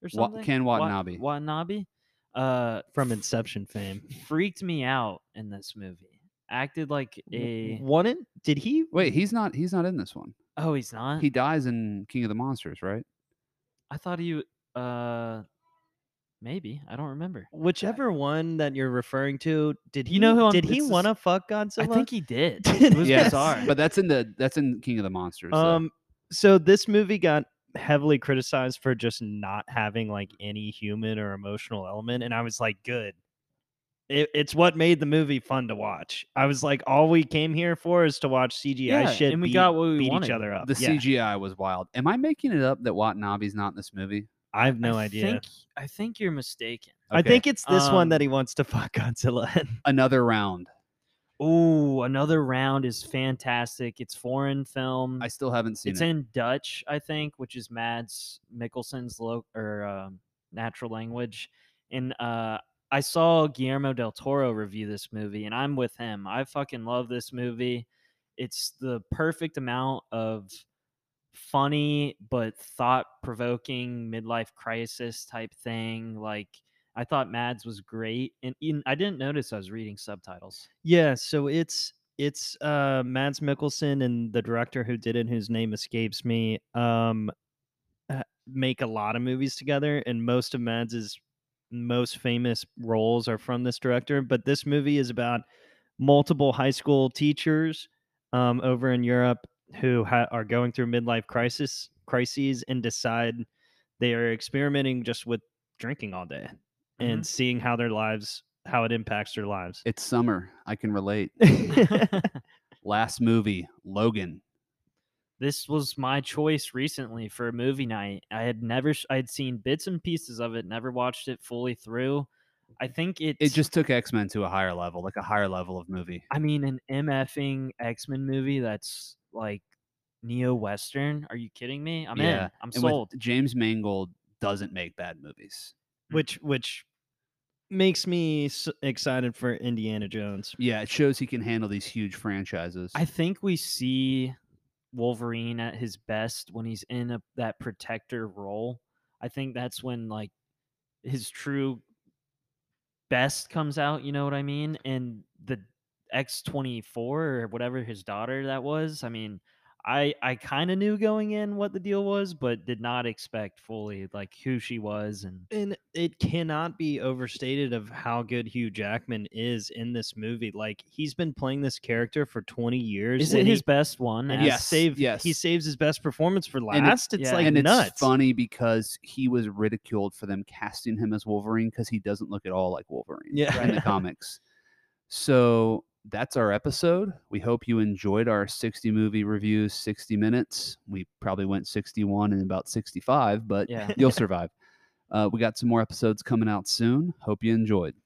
S1: or
S2: Wa-
S1: something?
S2: Ken
S1: Wa-
S2: Watanabe.
S1: Watanabe. Uh,
S3: from inception fame
S1: freaked me out in this movie. Acted like
S3: W-
S1: a
S3: won it did he
S1: Mm.
S2: Wait, he's not. He's not in this one.
S1: oh, he's not.
S2: He dies in King of the Monsters, right?
S1: I thought he w- uh maybe I don't remember.
S3: Whichever one that you're referring to, did he
S1: You know who I'm-
S3: did he
S1: it's the
S3: want to fuck Godzilla?
S1: I think he did. It was
S2: Yes,
S1: bizarre.
S2: But that's in the. That's in King of the Monsters. though.
S3: um so this movie got heavily criticized for just not having like any human or emotional element and I was like, good. It, it's what made the movie fun to watch. I was like, all we came here for is to watch CGI
S1: Yeah,
S3: shit
S1: and we
S3: beat-
S1: got what we
S3: beat
S1: wanted.
S3: each other up.
S2: the
S3: yeah,
S2: CGI was wild. Am I making it up that Watanabe's not in this movie?
S3: I have no
S1: I
S3: idea.
S1: Think, I think you're mistaken.
S3: I
S2: Okay,
S3: think it's this one
S1: Um,
S3: that he wants to fuck Godzilla. in.
S2: another round.
S1: Oh, another round is fantastic. It's foreign film.
S2: I still haven't seen
S1: Mm. it's
S2: it.
S1: in Dutch, I think, which is Mads Mikkelsen's lo- or um, natural language. And uh, I saw Guillermo del Toro review this movie, and I'm with him. I fucking love this movie. It's the perfect amount of funny but thought-provoking midlife crisis type thing. Like I thought Mads was great, and even, I didn't notice I was reading subtitles.
S3: Yeah, so it's it's uh Mads Mikkelsen and the director who did it, whose name escapes me, um uh, make a lot of movies together, and most of Mads's most famous roles are from this director. But this movie is about multiple high school teachers um, over in Europe who ha- are going through midlife crisis crises and decide they are experimenting just with drinking all day and seeing how their lives how it impacts their lives.
S2: It's summer. I can relate. Last movie, Logan.
S1: this was my choice recently for a movie night. I had never, s- I had seen bits and pieces of it, never watched it fully through. I think it,
S2: It just took X Men to a higher level, like a higher level of movie.
S1: I mean, an MFing X Men movie that's like neo Western. Are you kidding me? I'm
S2: Yeah,
S1: in. I'm
S2: And with
S1: sold.
S2: James Mangold doesn't make bad movies.
S3: which which makes me s- excited for Indiana Jones.
S2: Yeah, it shows he can handle these huge franchises.
S1: I think we see Wolverine at his best when he's in a, that protector role. I think that's when like his true best comes out, you know what I mean? And the X24 or whatever his daughter that was, I mean, I I kind of knew going in what the deal was, but did not expect fully like who she was and
S3: And it cannot be overstated of how good Hugh Jackman is in this movie. Like he's been playing this character for 20 years.
S1: is it
S3: and
S1: his
S3: he,
S1: best one?
S3: and
S1: as-
S3: he
S2: Yes,
S3: save, he
S2: yes.
S3: saves his best performance for
S2: it-
S3: last. it's
S1: yeah.
S3: like
S2: and it's
S3: nuts.
S2: funny because he was ridiculed for them casting him as Wolverine because he doesn't look at all like Wolverine
S3: Yeah.
S2: in the comics. So that's our episode. We hope you enjoyed our 60 movie reviews, 60 minutes. We probably went 61 and about 65, but
S1: Yeah.
S2: you'll survive. Uh, we got some more episodes coming out soon. Hope you enjoyed.